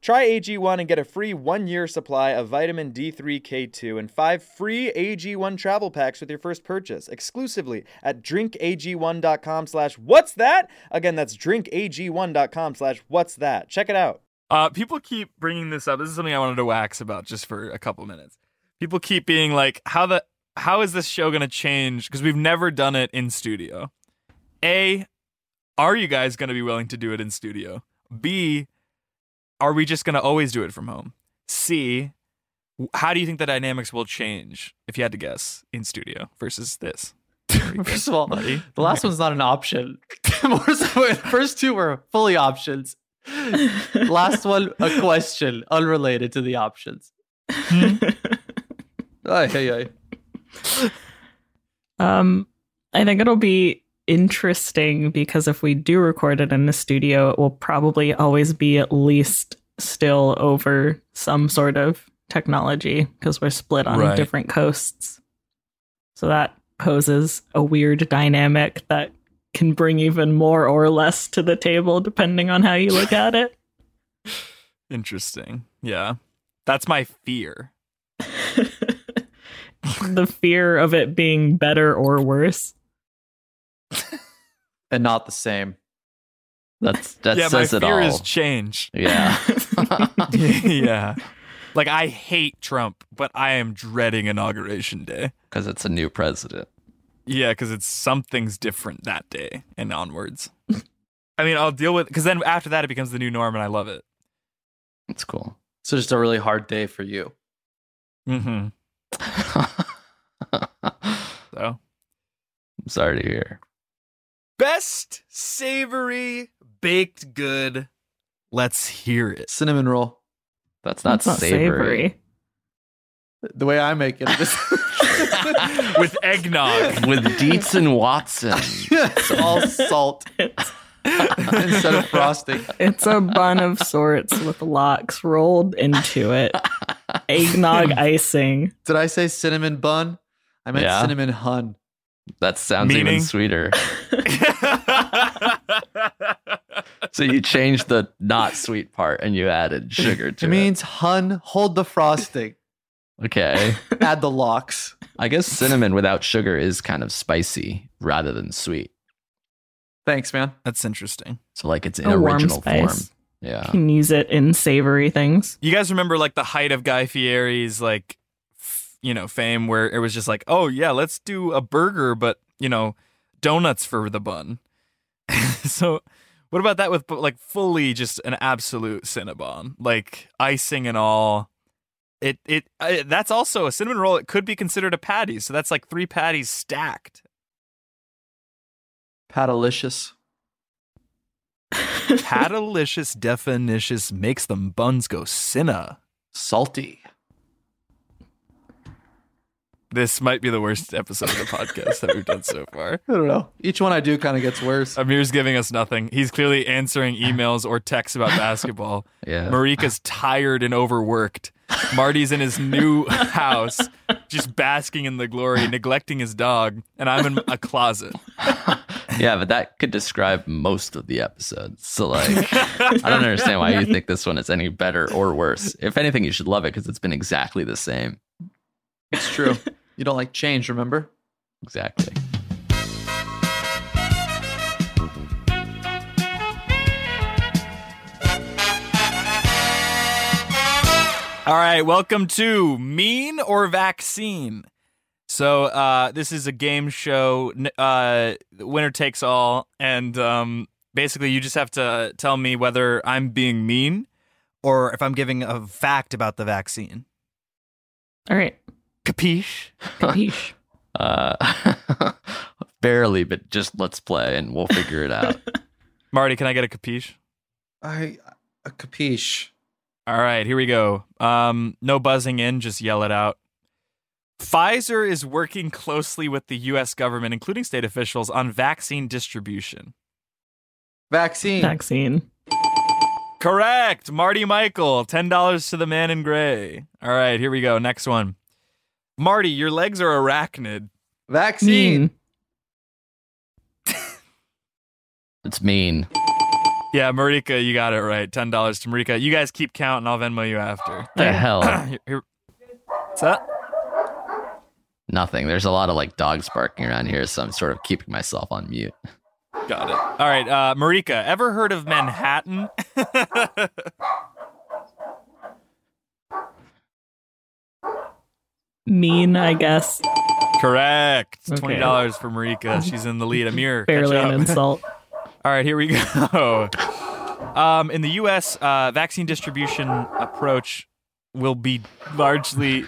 Speaker 5: Try AG1 and get a free one year supply of vitamin D3K2 and five free AG1 travel packs with your first purchase exclusively at drinkag1.com slash what's that? Again, that's drinkag1.com slash what's that. Check it out.
Speaker 1: Uh, people keep bringing this up. This is something I wanted to wax about just for a couple minutes. People keep being like, "How the how is this show going to change?" Because we've never done it in studio. A, are you guys going to be willing to do it in studio? B, are we just going to always do it from home? C, w- how do you think the dynamics will change if you had to guess in studio versus this?
Speaker 7: [LAUGHS]
Speaker 1: There we go.
Speaker 7: First of all,
Speaker 1: Marty.
Speaker 7: the last one's not an
Speaker 3: [LAUGHS]
Speaker 7: option. More so, the first two were fully options. Last one, a question unrelated to the options. Ay, ay, ay.
Speaker 4: Um, I think it'll be interesting because if we do record it in the studio, it will probably always be at least still over some sort of technology because we're split on
Speaker 1: Right.
Speaker 4: different coasts. So that poses a weird dynamic that can bring even more or less to the table depending on how you look
Speaker 2: [LAUGHS]
Speaker 4: at it.
Speaker 1: Interesting. Yeah. That's my fear.
Speaker 4: the fear of it being better or worse.
Speaker 3: and not the same.
Speaker 2: That's that
Speaker 1: yeah,
Speaker 2: says
Speaker 1: my
Speaker 2: it
Speaker 1: fear
Speaker 2: all. [LAUGHS]
Speaker 1: is change. [LAUGHS]
Speaker 2: yeah.
Speaker 1: yeah. [LAUGHS] Like I hate Trump, but I am dreading inauguration day.
Speaker 2: Because it's a new president.
Speaker 1: Yeah, because it's something's different that day and onwards. I mean, I'll deal with because then after that it becomes the new norm, and I love it.
Speaker 2: It's cool.
Speaker 3: So just a really hard day for you.
Speaker 1: Mm-hmm. [LAUGHS]
Speaker 2: I'm
Speaker 1: So
Speaker 2: sorry to hear.
Speaker 1: best savory baked good. Let's hear it.
Speaker 3: Cinnamon roll.
Speaker 2: That's not,
Speaker 4: It's not
Speaker 2: savory.
Speaker 3: The way I make it. Just
Speaker 1: With [LAUGHS] eggnog.
Speaker 2: With
Speaker 4: [LAUGHS]
Speaker 2: Dietz and Watson.
Speaker 3: [LAUGHS] it's all salt
Speaker 2: [LAUGHS]
Speaker 3: instead of frosting.
Speaker 4: It's a bun of sorts with locks rolled into it.
Speaker 1: [LAUGHS]
Speaker 4: Eggnog icing.
Speaker 3: Did I say cinnamon bun? I meant
Speaker 2: Yeah.
Speaker 3: cinnamon hun.
Speaker 2: That sounds
Speaker 1: Meaning?
Speaker 2: even sweeter. So you changed the not sweet part and you added sugar to
Speaker 3: It
Speaker 2: it.
Speaker 3: means hun, hold the frosting,
Speaker 2: okay.
Speaker 3: add the locks.
Speaker 2: I guess cinnamon without sugar is kind of spicy rather than sweet.
Speaker 3: Thanks, man.
Speaker 1: [LAUGHS] That's interesting.
Speaker 2: So like it's in
Speaker 4: A warm
Speaker 2: original form.
Speaker 4: spice.
Speaker 2: Yeah.
Speaker 4: You can
Speaker 1: Oh.
Speaker 4: use it in savory things.
Speaker 1: You guys remember like the height of Guy Fieri's like, f- you know, fame where it was just like, oh yeah, let's do a burger, but you know, donuts for the bun. [LAUGHS] so, what about that with like fully just an absolute Cinnabon, like icing and all? It it I, that's also a cinnamon roll. It could be considered a patty, so that's like three patties stacked.
Speaker 3: Patalicious.
Speaker 1: Patalicious definitious makes them buns go cinna.
Speaker 3: Salty.
Speaker 1: This might be the worst episode of the podcast that we've done so far.
Speaker 3: I don't know. Each one I do kind of gets worse.
Speaker 1: Amir's giving us nothing. He's clearly answering emails or texts about basketball.
Speaker 2: Yeah.
Speaker 1: Marika's tired and overworked. Marty's in his new house, just basking in the glory, neglecting his dog, and I'm in a closet.
Speaker 2: yeah, but that could describe most of the episodes. So, like, I don't understand why you think this one is any better or worse. If anything, you should love it because it's been exactly the same.
Speaker 3: It's true. [LAUGHS] you don't like change, remember?
Speaker 2: Exactly.
Speaker 1: All right, welcome to Mean or Vaccine. So uh, this is a game show, n- uh, winner takes all, and um, basically you just have to uh, tell me whether I'm being mean or if I'm giving a fact about the vaccine.
Speaker 4: All right.
Speaker 1: Capiche?
Speaker 4: Capiche.
Speaker 2: Uh, [LAUGHS] barely, but just let's play and we'll figure it out.
Speaker 1: Marty, can I get a capiche?
Speaker 3: I a capiche.
Speaker 1: All right, here we go. Um, no buzzing in, just yell it out. Pfizer is working closely with the U.S. government, including state officials, on vaccine distribution.
Speaker 3: Vaccine.
Speaker 4: Vaccine.
Speaker 1: Correct. Marty Michael, $10 to the man in gray. All right, here we go. Next one. Marty, your legs are arachnid.
Speaker 3: Vaccine.
Speaker 4: Mean.
Speaker 2: It's mean.
Speaker 1: Yeah, Marika, you got it right. $10 to Marika. You guys keep count and I'll Venmo you after.
Speaker 2: The hell?
Speaker 1: Here- here- What's up?
Speaker 2: Nothing. There's a lot of like dogs barking around here, so I'm sort of keeping myself on mute.
Speaker 1: Got it. All right, uh, Marika, ever heard of Manhattan?
Speaker 4: Mean,
Speaker 1: Oh.
Speaker 4: I guess.
Speaker 1: Correct.
Speaker 4: Okay.
Speaker 1: Twenty dollars for Marika. She's in the lead. Amir, catch
Speaker 4: Barely an
Speaker 1: up. [LAUGHS]
Speaker 4: insult.
Speaker 1: All right, here we go. Um, in the U.S., uh, vaccine distribution approach will be largely.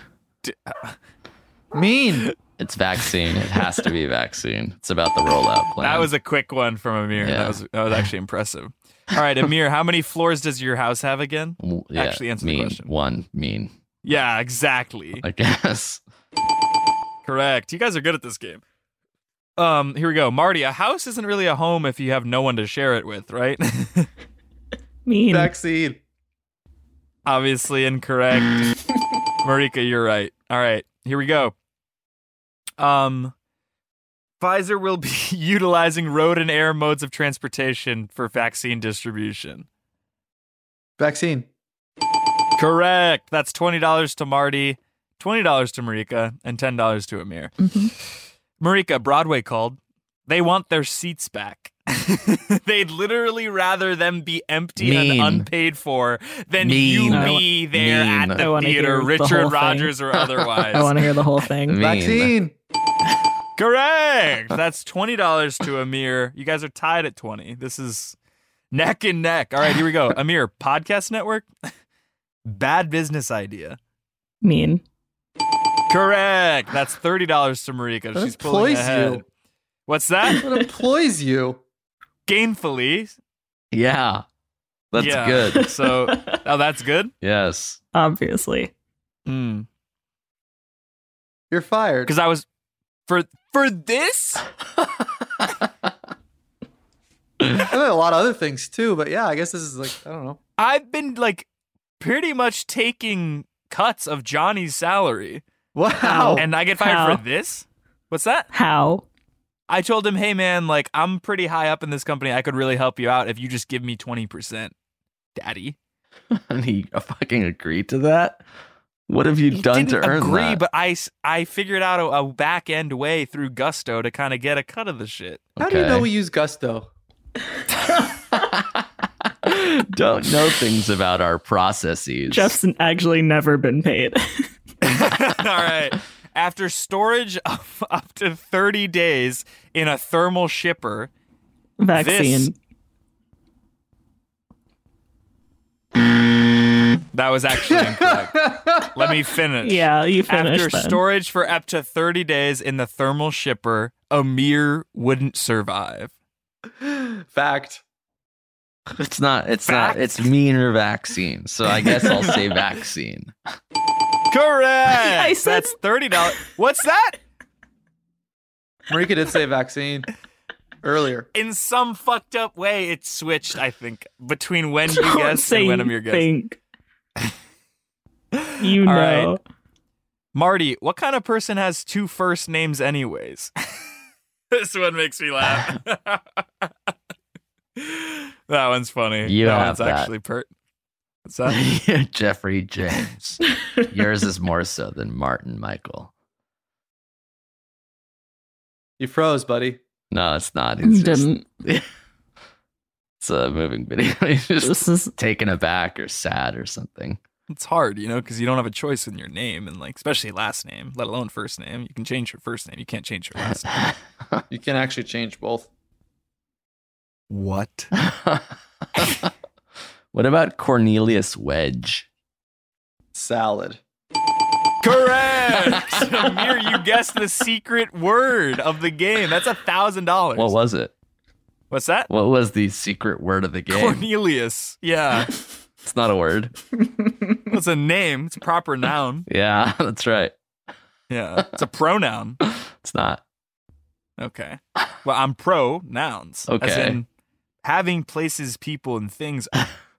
Speaker 3: Mean.
Speaker 2: It's vaccine. It has to be vaccine. It's about the rollout plan.
Speaker 1: That was a quick one from Amir. That
Speaker 2: Yeah.
Speaker 1: was that was actually impressive. All right, Amir, how many floors does your house have again?
Speaker 2: W-
Speaker 1: actually answer the
Speaker 2: mean,
Speaker 1: question.
Speaker 2: One mean,
Speaker 1: Yeah, exactly.
Speaker 2: I guess.
Speaker 1: Correct. You guys are good at this game. Um, here we go, Marty. A house isn't really a home if you have no one to share it with, right? [LAUGHS]
Speaker 4: Mean.
Speaker 3: Vaccine.
Speaker 1: Obviously incorrect. Marika, you're right. All right, here we go. Um, Pfizer will be [LAUGHS] utilizing road and air modes of transportation for vaccine distribution.
Speaker 3: Vaccine.
Speaker 1: Correct. That's twenty dollars to Marty, twenty dollars to Marika, and ten dollars to Amir.
Speaker 4: Mm-hmm.
Speaker 1: Marika, Broadway called. They want their seats back. [LAUGHS] They'd literally rather them be empty
Speaker 2: Mean.
Speaker 1: and unpaid for than
Speaker 2: Mean.
Speaker 1: you
Speaker 4: I wa-
Speaker 1: be there
Speaker 2: Mean.
Speaker 1: at
Speaker 4: I
Speaker 1: the
Speaker 4: wanna hear
Speaker 1: theater,
Speaker 4: the
Speaker 1: Richard
Speaker 4: whole
Speaker 1: Rogers or
Speaker 4: [LAUGHS] I
Speaker 1: otherwise.
Speaker 4: want to hear the whole thing.
Speaker 1: [LAUGHS]
Speaker 2: Mean.
Speaker 3: Vaccine.
Speaker 1: Correct. That's twenty dollars to Amir. You guys are tied at twenty. This is neck and neck. All right, here we go. Amir, podcast network. [LAUGHS] Bad business idea.
Speaker 4: Mean.
Speaker 1: Correct. That's thirty dollars to Marika.
Speaker 3: That
Speaker 1: She's pulling
Speaker 3: employs
Speaker 1: ahead.
Speaker 3: you.
Speaker 1: What's
Speaker 2: [LAUGHS]
Speaker 1: that?
Speaker 3: What employs you?
Speaker 1: Gainfully.
Speaker 2: Yeah. That's
Speaker 1: Yeah. [LAUGHS]
Speaker 2: good.
Speaker 1: So, oh, that's good.
Speaker 2: Yes. [LAUGHS]
Speaker 4: Obviously.
Speaker 2: Hmm.
Speaker 1: Because
Speaker 3: You're fired.
Speaker 1: I was for for this.
Speaker 8: [LAUGHS]
Speaker 3: I know a lot of other things too, but yeah, I guess this is like I don't know.
Speaker 1: I've been like pretty much taking cuts of Johnny's salary,
Speaker 2: Oh,
Speaker 3: Wow.
Speaker 1: and I get fired
Speaker 4: How?
Speaker 1: for this. What's that?
Speaker 4: How?
Speaker 1: I told him, hey man, like I'm pretty high up in this company. I could really help you out if you just give me twenty percent, Daddy.
Speaker 2: And he fucking agreed to that? What have you
Speaker 1: He
Speaker 2: done
Speaker 1: didn't
Speaker 2: to earn
Speaker 1: agree,
Speaker 2: that?
Speaker 1: but I s- I figured out a, a back end way through Gusto to kind of get a cut of the shit.
Speaker 3: How do you know
Speaker 2: Okay.
Speaker 3: we use Gusto?
Speaker 2: [LAUGHS] Don't know things about our processes.
Speaker 4: Jeff's actually never been paid. [LAUGHS]
Speaker 1: [LAUGHS] All right. After storage of up to 30 days in a thermal shipper,
Speaker 4: Vaccine.
Speaker 1: that was actually incorrect. Let me finish.
Speaker 4: Yeah, you finished.
Speaker 1: After
Speaker 4: then.
Speaker 1: storage for up to 30 days in the thermal shipper, Amir wouldn't survive.
Speaker 8: Fact.
Speaker 2: It's not. It's not. It's meaner vaccine. So I guess I'll
Speaker 1: [LAUGHS]
Speaker 2: say vaccine.
Speaker 1: Correct.
Speaker 4: [LAUGHS] I said-
Speaker 1: That's thirty dollars. What's that?
Speaker 8: Marika did say vaccine earlier.
Speaker 1: In some fucked up way, it switched. I think between when you
Speaker 4: [LAUGHS] Don't
Speaker 1: guessed
Speaker 4: say
Speaker 1: and when
Speaker 4: you
Speaker 1: I'm your guest. [LAUGHS]
Speaker 4: think. you
Speaker 1: All right.
Speaker 4: know.
Speaker 1: Marty, what kind of person has two first names,
Speaker 2: [LAUGHS]
Speaker 1: anyways? this one makes me laugh. that one's funny.
Speaker 2: You
Speaker 1: that
Speaker 2: have
Speaker 1: one's
Speaker 2: that.
Speaker 1: actually pert. What's that?
Speaker 2: [LAUGHS] Jeffrey James. Yours is more so than Martin Michael.
Speaker 8: You froze, buddy.
Speaker 2: No, it's not. It's,
Speaker 4: You
Speaker 2: just- [LAUGHS]
Speaker 4: didn't.
Speaker 2: it's a moving video. [LAUGHS] He's just
Speaker 4: This is
Speaker 2: taken aback or sad or something.
Speaker 1: It's hard, you know, because you don't have a choice in your name, and like especially last name, let alone first name. You can change your first name. You can't change your last. name.
Speaker 2: [LAUGHS]
Speaker 8: You can actually change both.
Speaker 1: What?
Speaker 2: what about Cornelius Wedge?
Speaker 8: Salad.
Speaker 2: [LAUGHS]
Speaker 1: Correct. Amir, you guessed the secret word of the game. That's a thousand dollars.
Speaker 2: What was it?
Speaker 1: What's that?
Speaker 2: What was the secret word of the game?
Speaker 1: Cornelius. Yeah,
Speaker 2: It's not a word.
Speaker 1: that's a name. It's a proper noun.
Speaker 2: Yeah, [LAUGHS] that's right.
Speaker 1: Yeah, it's a pronoun. [LAUGHS]
Speaker 2: It's not.
Speaker 1: Okay. Well, I'm pro nouns. As
Speaker 2: Okay.
Speaker 1: in, having places, people, and things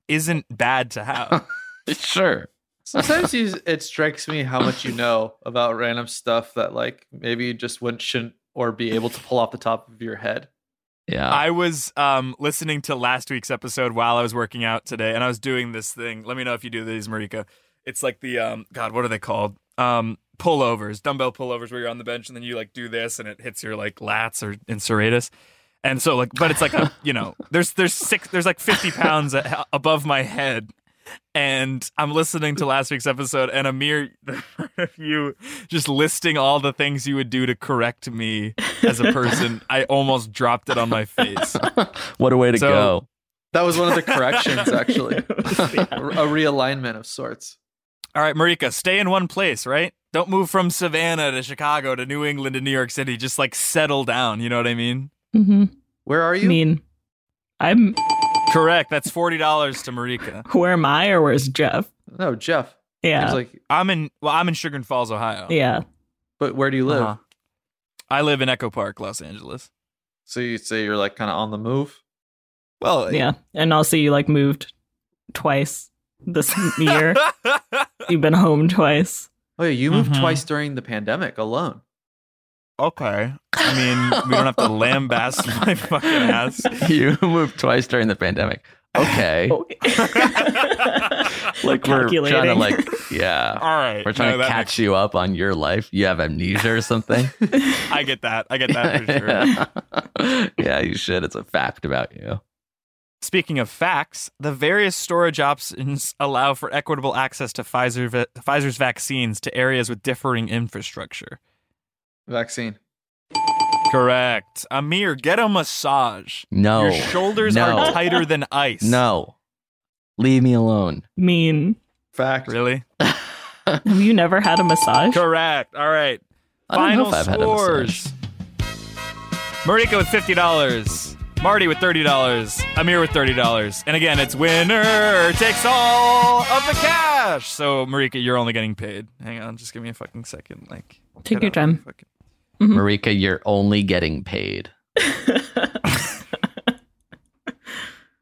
Speaker 1: isn't bad to have.
Speaker 2: Sure.
Speaker 8: Sometimes you, it strikes me how much you know about random stuff that, like, maybe you just wouldn't shouldn't or be able to pull off the top of your head.
Speaker 2: Yeah.
Speaker 1: I was um, listening to last week's episode while I was working out today, and I was doing this thing. Let me know if you do these, Marika. It's like the um, God, what are they called? Um, pullovers, dumbbell pullovers, where you're on the bench and then you like do this, and it hits your like lats or insuratus. And so like, but it's like a you know, there's there's six, there's like 50 pounds a- above my head, and I'm listening to last week's episode, and Amir, [LAUGHS] the part of you just listing all the things you would do to correct me as a [LAUGHS] person, I almost dropped it on my face.
Speaker 2: what a way to
Speaker 1: So-
Speaker 2: go. [LAUGHS]
Speaker 8: That was one of the corrections,
Speaker 4: [LAUGHS]
Speaker 8: actually. a a realignment of sorts.
Speaker 1: All right, Marika, stay in one place, right? Don't move from Savannah to Chicago to New England to New York City. Just like settle down. You know what I mean?
Speaker 4: Mhm.
Speaker 8: Where are you?
Speaker 4: mean. I'm.
Speaker 1: Correct. That's forty dollars to Marika.
Speaker 4: Where am I or where's Jeff?
Speaker 8: No, Jeff.
Speaker 4: Yeah.
Speaker 8: Seems like,
Speaker 1: I'm in. Well, I'm in Sugar and Falls, Ohio.
Speaker 4: yeah.
Speaker 8: but where do you live?
Speaker 1: Uh-huh. I live in Echo Park, Los Angeles.
Speaker 8: So you say you're like kind of on the move.
Speaker 1: Well,
Speaker 4: Yeah. And also, you like moved twice this [LAUGHS] year. You've been
Speaker 1: [LAUGHS]
Speaker 4: home twice.
Speaker 8: Oh yeah, you moved
Speaker 1: Mhm.
Speaker 8: twice during the pandemic alone.
Speaker 1: [LAUGHS] okay. I mean, we don't have to lambaste [LAUGHS] my fucking ass.
Speaker 2: you moved twice during the pandemic.
Speaker 1: [LAUGHS]
Speaker 2: Okay.
Speaker 1: Oh,
Speaker 2: like we're trying to
Speaker 4: Calculating.
Speaker 1: [LAUGHS]
Speaker 2: like yeah.
Speaker 1: All right.
Speaker 2: We're trying
Speaker 1: No,
Speaker 2: to
Speaker 1: that
Speaker 2: catch you up on your life. You have amnesia or something.
Speaker 1: makes- I get that. I get [LAUGHS] that
Speaker 2: [LAUGHS]
Speaker 1: for sure.
Speaker 2: yeah, you should. It's a fact about you.
Speaker 1: Speaking of facts, the various storage options allow for equitable access to Pfizer va- Pfizer's vaccines to areas with differing infrastructure.
Speaker 8: Vaccine.
Speaker 1: Correct. Amir, get a massage.
Speaker 2: No.
Speaker 1: Your shoulders
Speaker 2: no.
Speaker 1: are tighter
Speaker 2: [LAUGHS]
Speaker 1: than ice.
Speaker 2: No. Leave me alone.
Speaker 4: mean.
Speaker 8: Fact.
Speaker 1: Really?
Speaker 4: Have you never had a massage?
Speaker 1: Correct. All right.
Speaker 2: I don't know
Speaker 1: Final
Speaker 2: if I've had a massage.
Speaker 1: scores. Marika with $50. Marty with $30. Amir with $30. And again, it's winner takes all of the cash. So, Marika, you're only getting paid. Hang on. Just give me a fucking second. Like,
Speaker 4: Take
Speaker 1: get
Speaker 4: your
Speaker 1: out of my
Speaker 4: time.
Speaker 1: fucking-
Speaker 2: Marika, you're only getting [LAUGHS] paid.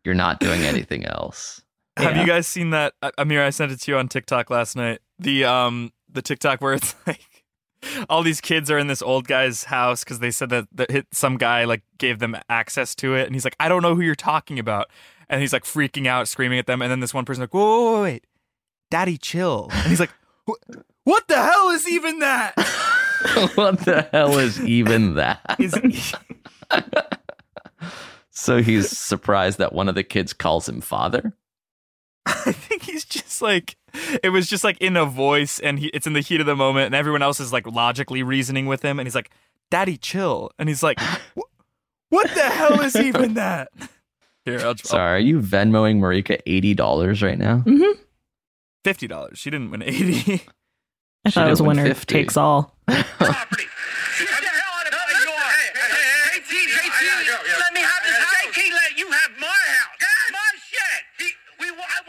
Speaker 2: you're not doing anything else. [LAUGHS]
Speaker 1: Have
Speaker 4: Yeah.
Speaker 1: you guys seen that uh, Amir? I sent it to you on TikTok last night. The um the TikTok where it's [LAUGHS] like all these kids are in this old guy's house because they said that, that hit, some guy like gave them access to it, and he's like, I don't know who you're talking about, and he's like freaking out, screaming at them, and then this one person like, whoa, whoa, whoa, wait, daddy, chill, and he's like, "Wh- what the hell is even that?
Speaker 2: what the hell is even that?
Speaker 1: Is
Speaker 2: So he's surprised that one of the kids calls him father.
Speaker 1: [LAUGHS] I think he's just like it was just like in a voice and he, it's in the heat of the moment and everyone else is like logically reasoning with him and he's like daddy chill and he's like "Wh- what the hell [LAUGHS] is even that here I'll, I'll,
Speaker 2: Sorry, are you Venmoing Marika eighty dollars right now?
Speaker 1: $50 she didn't win [LAUGHS] 80
Speaker 4: I thought it was
Speaker 2: didn't win
Speaker 4: winner
Speaker 2: 50.
Speaker 4: takes all.
Speaker 9: Get the hell out of my yard. Hey, hey, hey, JT, JT, let me have this house.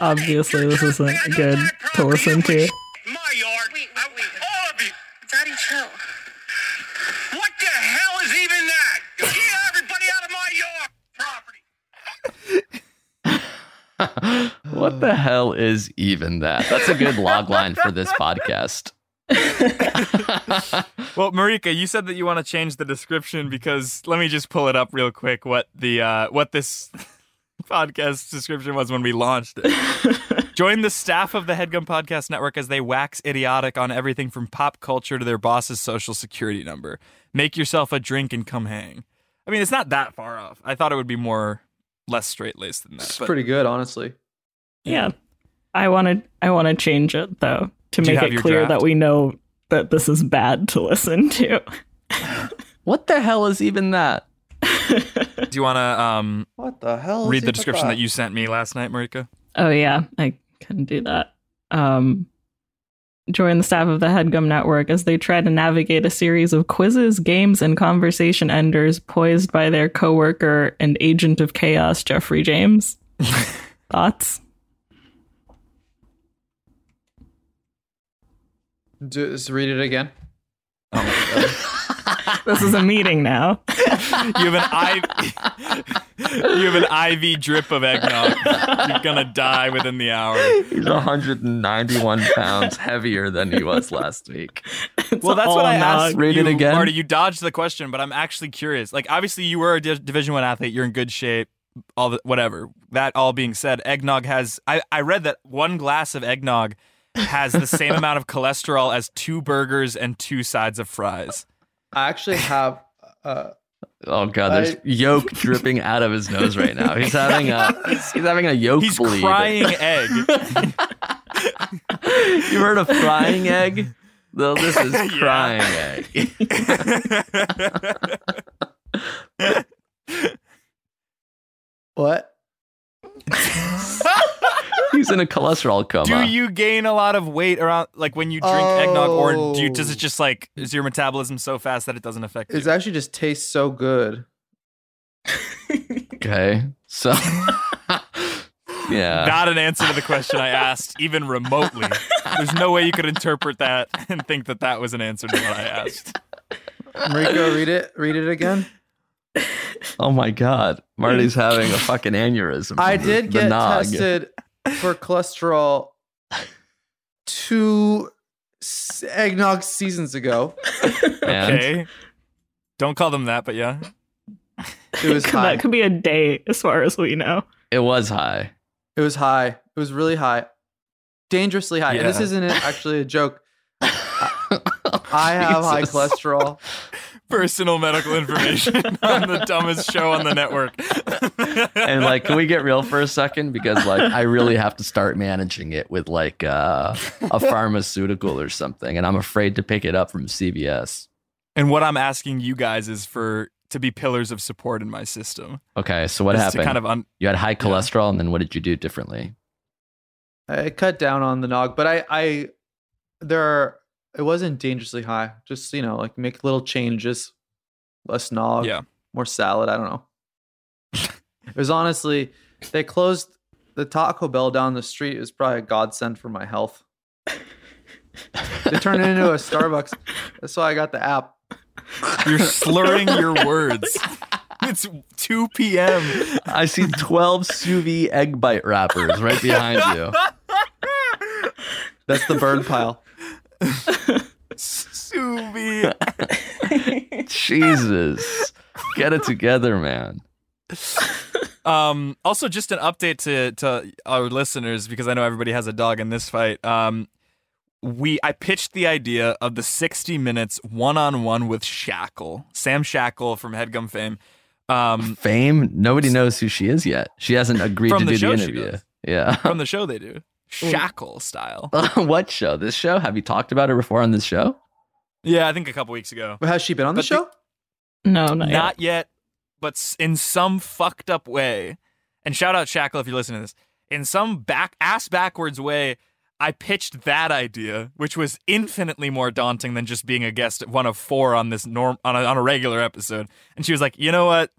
Speaker 4: Obviously, this isn't good to listen to.
Speaker 9: My yard. Wait, wait, wait. All of you. Daddy, chill. What the hell is even that? Get everybody out of my yard property.
Speaker 2: [GASPS] What the hell is even that? That's a good log line for this podcast.
Speaker 1: Well, Marika, you said that you want to change the description because let me just pull it up real quick. What the uh, what this [LAUGHS] podcast description was when we launched it.
Speaker 3: [LAUGHS]
Speaker 1: Join the staff of the Headgum Podcast Network as they wax idiotic on everything from pop culture to their boss's social security number. Make yourself a drink and come hang. I mean, it's not that far off. I thought it would be more less straight laced than that.
Speaker 3: It's
Speaker 1: but
Speaker 3: pretty good, honestly.
Speaker 4: Yeah, I want to. I want to change it though to
Speaker 1: Do you
Speaker 4: make
Speaker 1: have
Speaker 4: it
Speaker 1: your
Speaker 4: clear
Speaker 1: draft?
Speaker 4: that we know that this is bad to listen to.
Speaker 2: What the hell is even that?
Speaker 1: do you want to um,
Speaker 3: What the hell?
Speaker 1: read the description that you sent me last night, Marika?
Speaker 4: Oh yeah, I can do that. Um, join the staff of the Headgum Network as they try to navigate a series of quizzes, games, and conversation enders poised by their coworker and agent of chaos,
Speaker 1: [LAUGHS]
Speaker 4: Jeffrey James. Thoughts?
Speaker 3: Do, just read it again.
Speaker 4: This is a meeting [LAUGHS] now.
Speaker 1: You have an IV. [LAUGHS] you have an IV drip of eggnog. You're gonna die within the hour.
Speaker 2: He's 191 pounds heavier than he was last week.
Speaker 1: well, that's what
Speaker 4: all
Speaker 1: I asked.
Speaker 4: nog.
Speaker 2: Read
Speaker 1: you,
Speaker 2: it again.
Speaker 1: Marty. You dodged the question, but I'm actually curious. Like, obviously, you were a Div- Division One athlete. You're in good shape. All the, whatever. That all being said, eggnog has. I, I read that one glass of eggnog has the same amount of cholesterol as two burgers and two sides of fries.
Speaker 3: I actually have. Uh,
Speaker 2: Oh god, there's
Speaker 3: I-
Speaker 2: yolk dripping out of his nose right now. He's having
Speaker 3: [LAUGHS]
Speaker 2: a he's having a yolk
Speaker 1: He's
Speaker 2: bleed.
Speaker 1: crying egg.
Speaker 2: [LAUGHS] You heard of frying egg? Though this is
Speaker 1: [LAUGHS] Yeah.
Speaker 2: crying egg.
Speaker 3: what?
Speaker 1: [LAUGHS]
Speaker 2: He's in a cholesterol coma.
Speaker 1: Do you gain a lot of weight around like when you drink eggnog, or do you, does it
Speaker 3: Oh.
Speaker 1: just like is your metabolism so fast that it doesn't affect you?
Speaker 3: It actually just tastes so good.
Speaker 2: Okay, so [LAUGHS]
Speaker 3: Uh.
Speaker 2: yeah,
Speaker 1: Not an answer to the question I asked, even remotely. There's no way you could interpret that and think that that was an answer to what I asked.
Speaker 3: Mariko, read it. Read it again.
Speaker 2: Oh my god,
Speaker 1: [LAUGHS]
Speaker 2: Marty's having a fucking aneurysm.
Speaker 3: I
Speaker 2: The-
Speaker 3: did
Speaker 2: the
Speaker 3: get
Speaker 2: nog.
Speaker 3: tested for cholesterol two s- eggnog seasons ago.
Speaker 2: And
Speaker 1: Okay. Don't call them that, but yeah.
Speaker 3: It was
Speaker 4: [LAUGHS]
Speaker 3: high.
Speaker 4: that could be a day, as far as we know.
Speaker 2: It was high.
Speaker 3: It was high. It was really high, dangerously high. And this
Speaker 1: Yeah.
Speaker 3: isn't actually
Speaker 1: [LAUGHS]
Speaker 3: a joke. I have high
Speaker 2: Jesus.
Speaker 3: cholesterol.
Speaker 1: Personal medical information [LAUGHS] on the dumbest show on the network.
Speaker 2: and like
Speaker 1: [LAUGHS]
Speaker 2: can we get real for a second because like i really have to start managing it with like uh, a pharmaceutical or something and i'm afraid to pick it up from cvs
Speaker 1: And what I'm asking you guys is for to be pillars of support in my system.
Speaker 2: okay so what
Speaker 1: Just to
Speaker 2: happened
Speaker 1: kind of un-
Speaker 2: you had high cholesterol and then what did you do differently
Speaker 3: I cut down on the nog, but I, I, there, are, it wasn't dangerously high. Just you know, like make little changes, less nog,
Speaker 1: Yeah.
Speaker 3: more salad. I don't know. it was honestly, they closed the Taco Bell down the street. It was probably a godsend for my health. they turned it into a Starbucks. That's why I got the app.
Speaker 1: You're slurring your words. It's 2 p.m.
Speaker 2: [LAUGHS] i see 12 sous vide egg bite wrappers right behind you
Speaker 3: That's the bird pile.
Speaker 1: Subi.
Speaker 2: [LAUGHS] jesus get it together man
Speaker 1: Um, also, just an update to to our listeners because I know everybody has a dog in this fight. Um, we I pitched the idea of the 60 minutes one on one with Shackle, Sam Shackle from Headgum fame. Um,
Speaker 2: fame nobody knows who she is yet she hasn't agreed
Speaker 1: From
Speaker 2: to
Speaker 1: the
Speaker 2: do the
Speaker 1: show she
Speaker 2: interview
Speaker 1: does.
Speaker 2: yeah [LAUGHS]
Speaker 1: from the show they do Shackle style.
Speaker 2: what show this show have you talked about her before on this show
Speaker 1: Yeah, I think a couple weeks ago.
Speaker 3: But has she been on the
Speaker 1: But the-
Speaker 3: show?
Speaker 4: No, not, yet.
Speaker 1: Not yet, but s- in some fucked up way. And shout out Shackle if you're listening to this. In some back ass backwards way, I pitched that idea, which was infinitely more daunting than just being a guest at one of four on this norm on a, on a regular episode. And she was like, "You know what?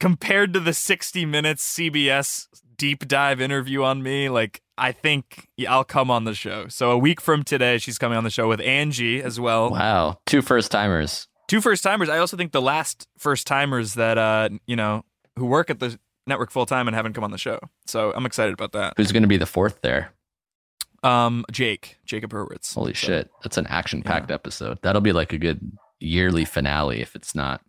Speaker 1: Compared to the 60 minutes CBS deep dive interview on me, like I think yeah, I'll come on the show. So a week from today, she's coming on the show with Angie as well.
Speaker 2: Wow, two first timers.
Speaker 1: Two first timers. I also think the last first timers that uh, you know, who work at the network full time and haven't come on the show. So I'm excited about that.
Speaker 2: Who's going to be the fourth there?
Speaker 1: Um, Jake, Jacob Hurwitz.
Speaker 2: Holy
Speaker 1: So-
Speaker 2: shit, that's an action-packed episode. That'll be like a good yearly finale if it's not.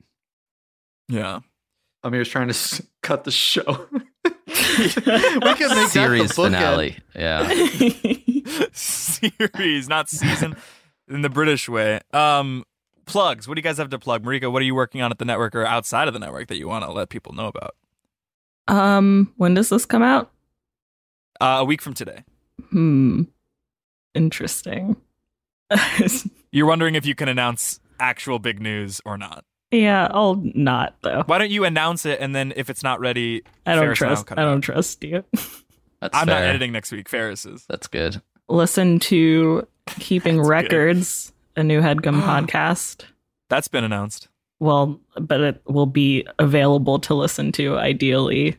Speaker 1: Yeah. [LAUGHS]
Speaker 3: Amir's trying to s- cut the show. [LAUGHS] we can make that
Speaker 2: Series
Speaker 3: the bookend.
Speaker 2: finale.
Speaker 4: [LAUGHS]
Speaker 2: Yeah.
Speaker 1: series, not season, in the British way. Um, plugs. What do you guys have to plug, Marika? What are you working on at the network or outside of the network that you want to let people know about?
Speaker 4: Um, when does this come out?
Speaker 1: Uh, a week from today,
Speaker 4: Hmm. Interesting. [LAUGHS]
Speaker 1: you're wondering if you can announce actual big news or not.
Speaker 4: yeah, I'll not though.
Speaker 1: Why don't you announce it and then if it's not ready,
Speaker 4: I don't
Speaker 1: Ferris and I'll
Speaker 4: trust.
Speaker 1: cut
Speaker 4: I
Speaker 1: it out.
Speaker 4: don't trust you. [LAUGHS]
Speaker 2: That's
Speaker 1: I'm not
Speaker 2: fair.
Speaker 1: editing next week. Ferris is.
Speaker 2: That's good.
Speaker 4: Listen to Keeping
Speaker 1: That's good.
Speaker 4: Records, a
Speaker 1: [GASPS]
Speaker 4: new Headgum podcast.
Speaker 1: That's been announced.
Speaker 4: Well, but it will be available to listen to. Ideally,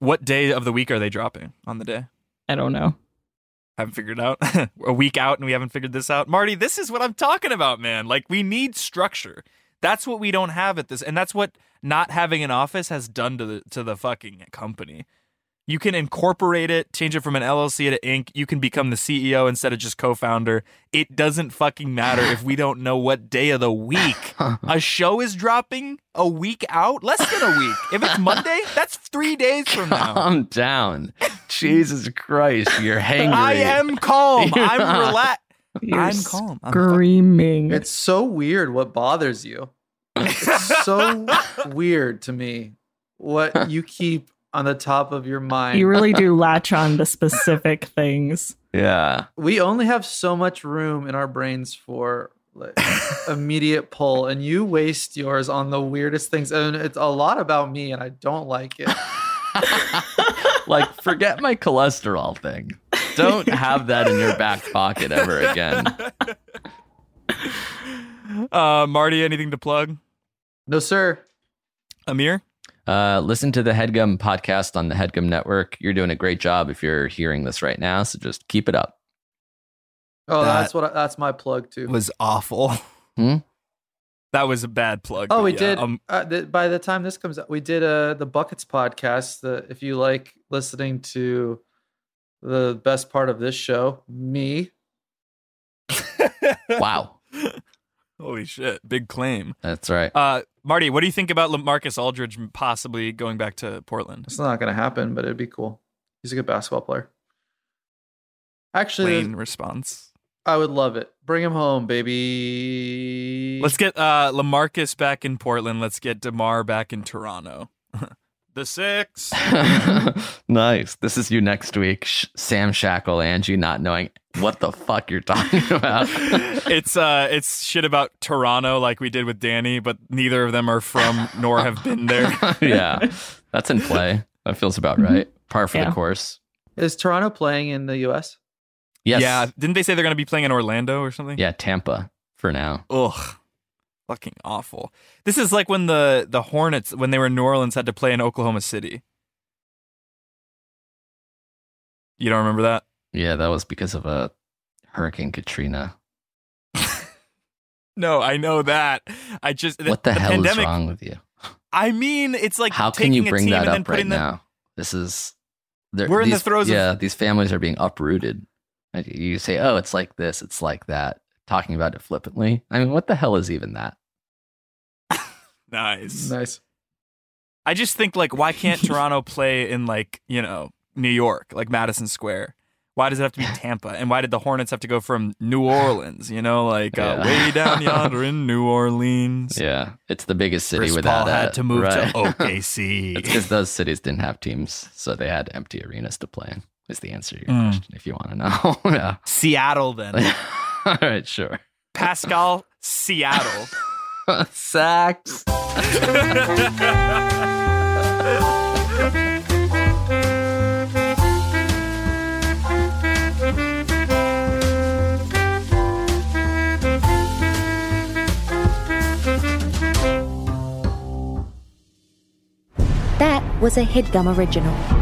Speaker 1: What day of the week are they dropping on the day?
Speaker 4: I don't know.
Speaker 1: Haven't figured out. [LAUGHS] We're a week out and we haven't figured this out. Marty, this is what I'm talking about, man. Like, we need structure. That's what we don't have at this. And that's what not having an office has done to the, to the fucking company. You can incorporate it, change it from an LLC to Inc. You can become the CEO instead of just co founder. It doesn't fucking matter if we don't know what day of the week a show is dropping a week out, less than a week. If it's Monday, that's three days
Speaker 2: [LAUGHS]
Speaker 1: from now.
Speaker 2: Calm down. Jesus Christ, you're hangry.
Speaker 1: I am calm.
Speaker 2: You're
Speaker 1: I'm
Speaker 2: not.
Speaker 1: relaxed.
Speaker 4: You're
Speaker 1: I'm calm. I'm
Speaker 4: Screaming.
Speaker 3: It's so weird what bothers you. It's so weird to me what you keep on the top of your mind.
Speaker 4: you
Speaker 1: [LAUGHS]
Speaker 4: really do latch on to specific things.
Speaker 2: Yeah.
Speaker 3: we only have so much room in our brains for like immediate pull and you waste yours on the weirdest things and it's a lot about me and i don't like it
Speaker 2: like, forget my cholesterol thing. Don't have that in your back pocket ever again.
Speaker 1: Uh, Marty, anything to plug?
Speaker 3: no sir
Speaker 1: Amir?
Speaker 2: Uh, listen to the Headgum podcast on the Headgum Network. You're doing a great job if you're hearing this right now. So just keep it up.
Speaker 3: oh
Speaker 1: That
Speaker 3: that's what I, that's my plug too
Speaker 1: was awful.
Speaker 2: Hmm?
Speaker 1: That was a bad plug.
Speaker 3: oh
Speaker 1: but
Speaker 3: we
Speaker 1: yeah,
Speaker 3: did
Speaker 1: Um,
Speaker 3: uh, th- by the time this comes out we did uh the buckets podcast the if you like listening to the best part of this show me
Speaker 2: Wow.
Speaker 1: holy shit. Big claim.
Speaker 2: That's right.
Speaker 1: Uh, Marty, what do you think about Lamarcus Aldridge possibly going back to Portland?
Speaker 3: it's not gonna happen but it'd be cool he's a good basketball player actually there's-
Speaker 1: Plain response.
Speaker 3: I would love it. Bring him home, baby.
Speaker 1: Let's get uh, Lamarcus back in Portland. Let's get DeMar back in Toronto. [LAUGHS] the six.
Speaker 2: [LAUGHS] nice. This is you next week. Sh- Sam Shackle, Angie, not knowing what the fuck you're talking [LAUGHS] about.
Speaker 1: it's uh it's shit about Toronto like we did with Danny, but neither of them are from nor have been
Speaker 3: [LAUGHS]
Speaker 1: there.
Speaker 2: [LAUGHS] yeah, that's in play. That feels about right. Par for
Speaker 4: Yeah.
Speaker 2: the course.
Speaker 3: Is Toronto playing in the U.S.?
Speaker 2: Yes.
Speaker 1: Yeah. Didn't they say they're gonna be playing in Orlando or something?
Speaker 2: Yeah, Tampa for now.
Speaker 1: Ugh. Fucking awful. This is like when the the Hornets when they were in New Orleans had to play in Oklahoma City. You don't remember that?
Speaker 2: Yeah, that was because of a Hurricane Katrina.
Speaker 1: No, I know that. I just
Speaker 2: what the, hell
Speaker 1: pandemic,
Speaker 2: is wrong with you?
Speaker 1: I mean, it's like
Speaker 2: How can you
Speaker 1: taking a
Speaker 2: bring
Speaker 1: team
Speaker 2: that
Speaker 1: and then
Speaker 2: up right
Speaker 1: putting them-
Speaker 2: now? This is they're-
Speaker 1: We're in the
Speaker 2: these-
Speaker 1: throes of-
Speaker 2: Yeah, these families are being uprooted. Like, You say, "Oh, it's like this, it's like that." Talking about it flippantly. I mean, what the hell is even that?
Speaker 1: Nice.
Speaker 3: Nice.
Speaker 1: I just think like why can't
Speaker 2: [LAUGHS]
Speaker 1: Toronto play in like, you know, New York, like Madison Square? Why does it have to be Tampa? And why did the Hornets have to go from New Orleans, you know, like uh,
Speaker 2: Yeah.
Speaker 1: way down yonder
Speaker 2: [LAUGHS]
Speaker 1: in New Orleans?
Speaker 2: Yeah, it's the biggest city
Speaker 1: Chris
Speaker 2: without
Speaker 1: Paul had
Speaker 2: it,
Speaker 1: to E. move
Speaker 2: right?
Speaker 1: to
Speaker 2: [LAUGHS]
Speaker 1: OKC.
Speaker 2: it's because those cities didn't have teams, so they had empty arenas to play in. Is the answer to your
Speaker 1: Mm.
Speaker 2: question? If you want to know, [LAUGHS] yeah.
Speaker 1: Seattle then.
Speaker 2: All right, sure. [LAUGHS]
Speaker 1: Pascal Seattle.
Speaker 2: Sacks.
Speaker 10: That was a headgum original.